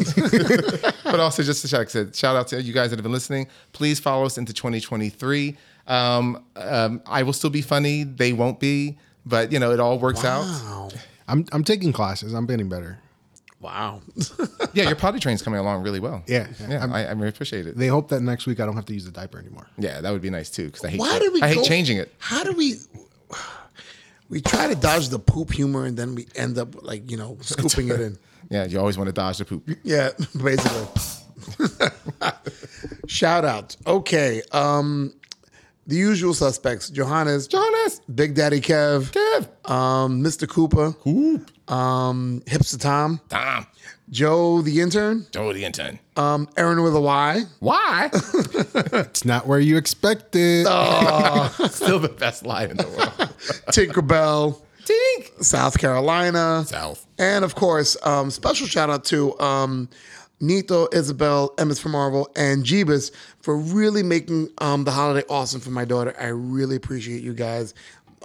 [SPEAKER 6] but also, just to shout, like I said, shout out to you guys that have been listening. Please follow us into 2023. Um, um, I will still be funny. They won't be. But you know, it all works out.
[SPEAKER 5] Wow.
[SPEAKER 7] I'm I'm taking classes. I'm getting better.
[SPEAKER 5] Wow.
[SPEAKER 6] Yeah, your potty train's coming along really well.
[SPEAKER 7] Yeah.
[SPEAKER 6] yeah, I, I really appreciate it.
[SPEAKER 7] They hope that next week I don't have to use the diaper anymore.
[SPEAKER 6] Yeah, that would be nice too. Because I hate.
[SPEAKER 5] Why did we
[SPEAKER 6] I hate
[SPEAKER 5] go-
[SPEAKER 6] changing it.
[SPEAKER 5] How do we we try to dodge the poop humor and then we end up like, you know, scooping it in.
[SPEAKER 6] Yeah, you always want to dodge the poop.
[SPEAKER 5] Yeah, basically. Shout out. Okay. Um the usual suspects. Johannes.
[SPEAKER 6] Johannes.
[SPEAKER 5] Big Daddy Kev.
[SPEAKER 6] Kev.
[SPEAKER 5] Um, Mr. Cooper.
[SPEAKER 6] Poop.
[SPEAKER 5] Um, Hipster Tom.
[SPEAKER 6] Tom.
[SPEAKER 5] Joe the intern.
[SPEAKER 6] Joe the intern.
[SPEAKER 5] Um, Aaron with a Y.
[SPEAKER 6] Why?
[SPEAKER 7] It's not where you expect it.
[SPEAKER 6] Uh, Still the best lie in the world.
[SPEAKER 5] Tinkerbell.
[SPEAKER 6] Tink.
[SPEAKER 5] South Carolina.
[SPEAKER 6] South.
[SPEAKER 5] And of course, um, special shout out to um, Nito, Isabel, Emmis from Marvel, and Jeebus for really making um, the holiday awesome for my daughter. I really appreciate you guys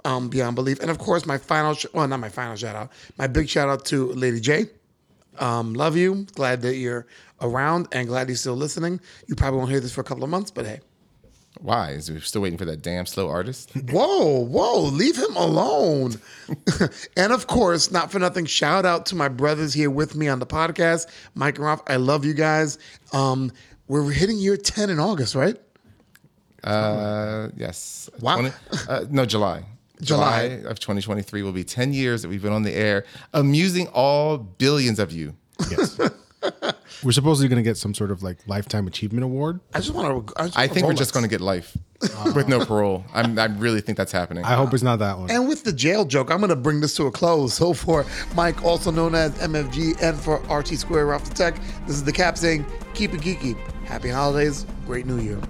[SPEAKER 5] um, beyond belief. And of course, my final, sh- well, not my final shout out, my big shout out to Lady J. Um, love you. Glad that you're around and glad you're still listening. You probably won't hear this for a couple of months, but hey.
[SPEAKER 6] Why? Is we still waiting for that damn slow artist?
[SPEAKER 5] Whoa, whoa, leave him alone. and of course, not for nothing, shout out to my brothers here with me on the podcast, Mike and Ralph. I love you guys. Um, we're hitting year 10 in August, right?
[SPEAKER 6] Uh, yes.
[SPEAKER 5] Wow.
[SPEAKER 6] uh, no, July.
[SPEAKER 5] July.
[SPEAKER 6] of 2023 will be 10 years that we've been on the air, amusing all billions of you.
[SPEAKER 7] Yes. We're supposedly going to get some sort of like lifetime achievement award.
[SPEAKER 5] I just want to.
[SPEAKER 6] I think we're just going to get life with no parole. I'm, I really think that's happening.
[SPEAKER 7] I hope it's not that one.
[SPEAKER 5] And with the jail joke, I'm going to bring this to a close. So for Mike, also known as MFG, and for RT Square Ralph the Tech, this is the cap saying, keep it geeky. Happy holidays, great new year.